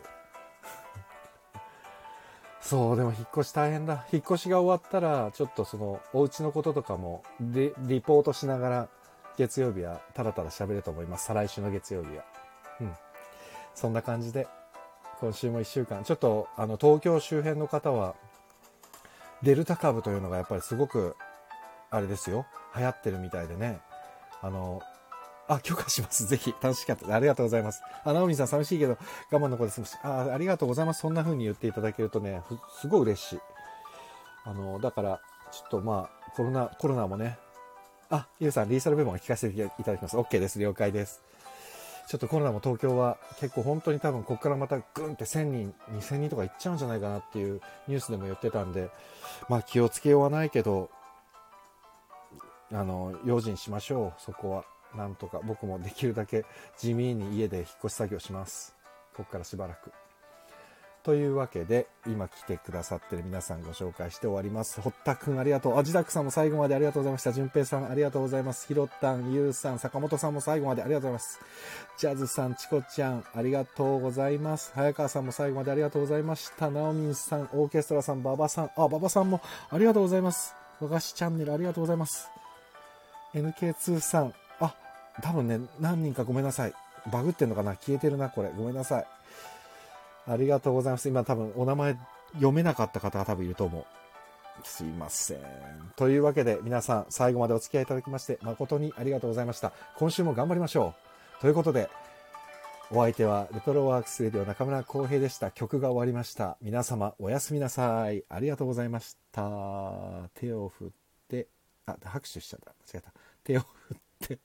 Speaker 4: そうでも引っ越し大変だ引っ越しが終わったらちょっとそのお家のこととかもリリポートしながら
Speaker 1: 月曜日はたらたら喋ると思います。再来週の月曜日は。うん。そんな感じで、今週も1週間、ちょっと、あの、東京周辺の方は、デルタ株というのがやっぱりすごく、あれですよ、流行ってるみたいでね。あの、あ、許可します。ぜひ、楽しかったです。ありがとうございます。あ、ナオミさん寂しいけど、我慢の子です。あ、ありがとうございます。そんな風に言っていただけるとね、ふすごい嬉しい。あの、だから、ちょっとまあ、コロナ、コロナもね、あ、ゆうさん、リーサル部門を聞かせていただきます。OK です。了解です。ちょっとコロナも東京は結構本当に多分ここからまたグンって1000人、2000人とかいっちゃうんじゃないかなっていうニュースでも言ってたんで、まあ気をつけようはないけど、あの、用心しましょう。そこは。なんとか僕もできるだけ地味に家で引っ越し作業します。ここからしばらく。というわけで、今来てくださってる皆さんご紹介して終わります。堀田くんありがとう。あ、ジダックさんも最後までありがとうございました。淳平さんありがとうございます。ひろたん、ゆうさん、坂本さんも最後までありがとうございます。ジャズさん、チコちゃん、ありがとうございます。早川さんも最後までありがとうございました。ナオミンさん、オーケストラさん、馬場さん、あ、馬場さんもありがとうございます。和菓子チャンネルありがとうございます。NK2 さん、あ、多分ね、何人かごめんなさい。バグってんのかな消えてるな、これ。ごめんなさい。ありがとうございます。今多分お名前読めなかった方が多分いると思う。すいません。というわけで皆さん最後までお付き合いいただきまして誠にありがとうございました。今週も頑張りましょう。ということで、お相手はレトロワークスレディオ中村浩平でした。曲が終わりました。皆様おやすみなさい。ありがとうございました。手を振って、あ、拍手しちゃった。間違えた。手を振って。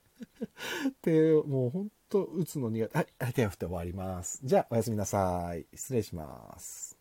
Speaker 1: 手をもうほんと打つの苦手。はい、手を振って終わります。じゃあ、おやすみなさい。失礼します。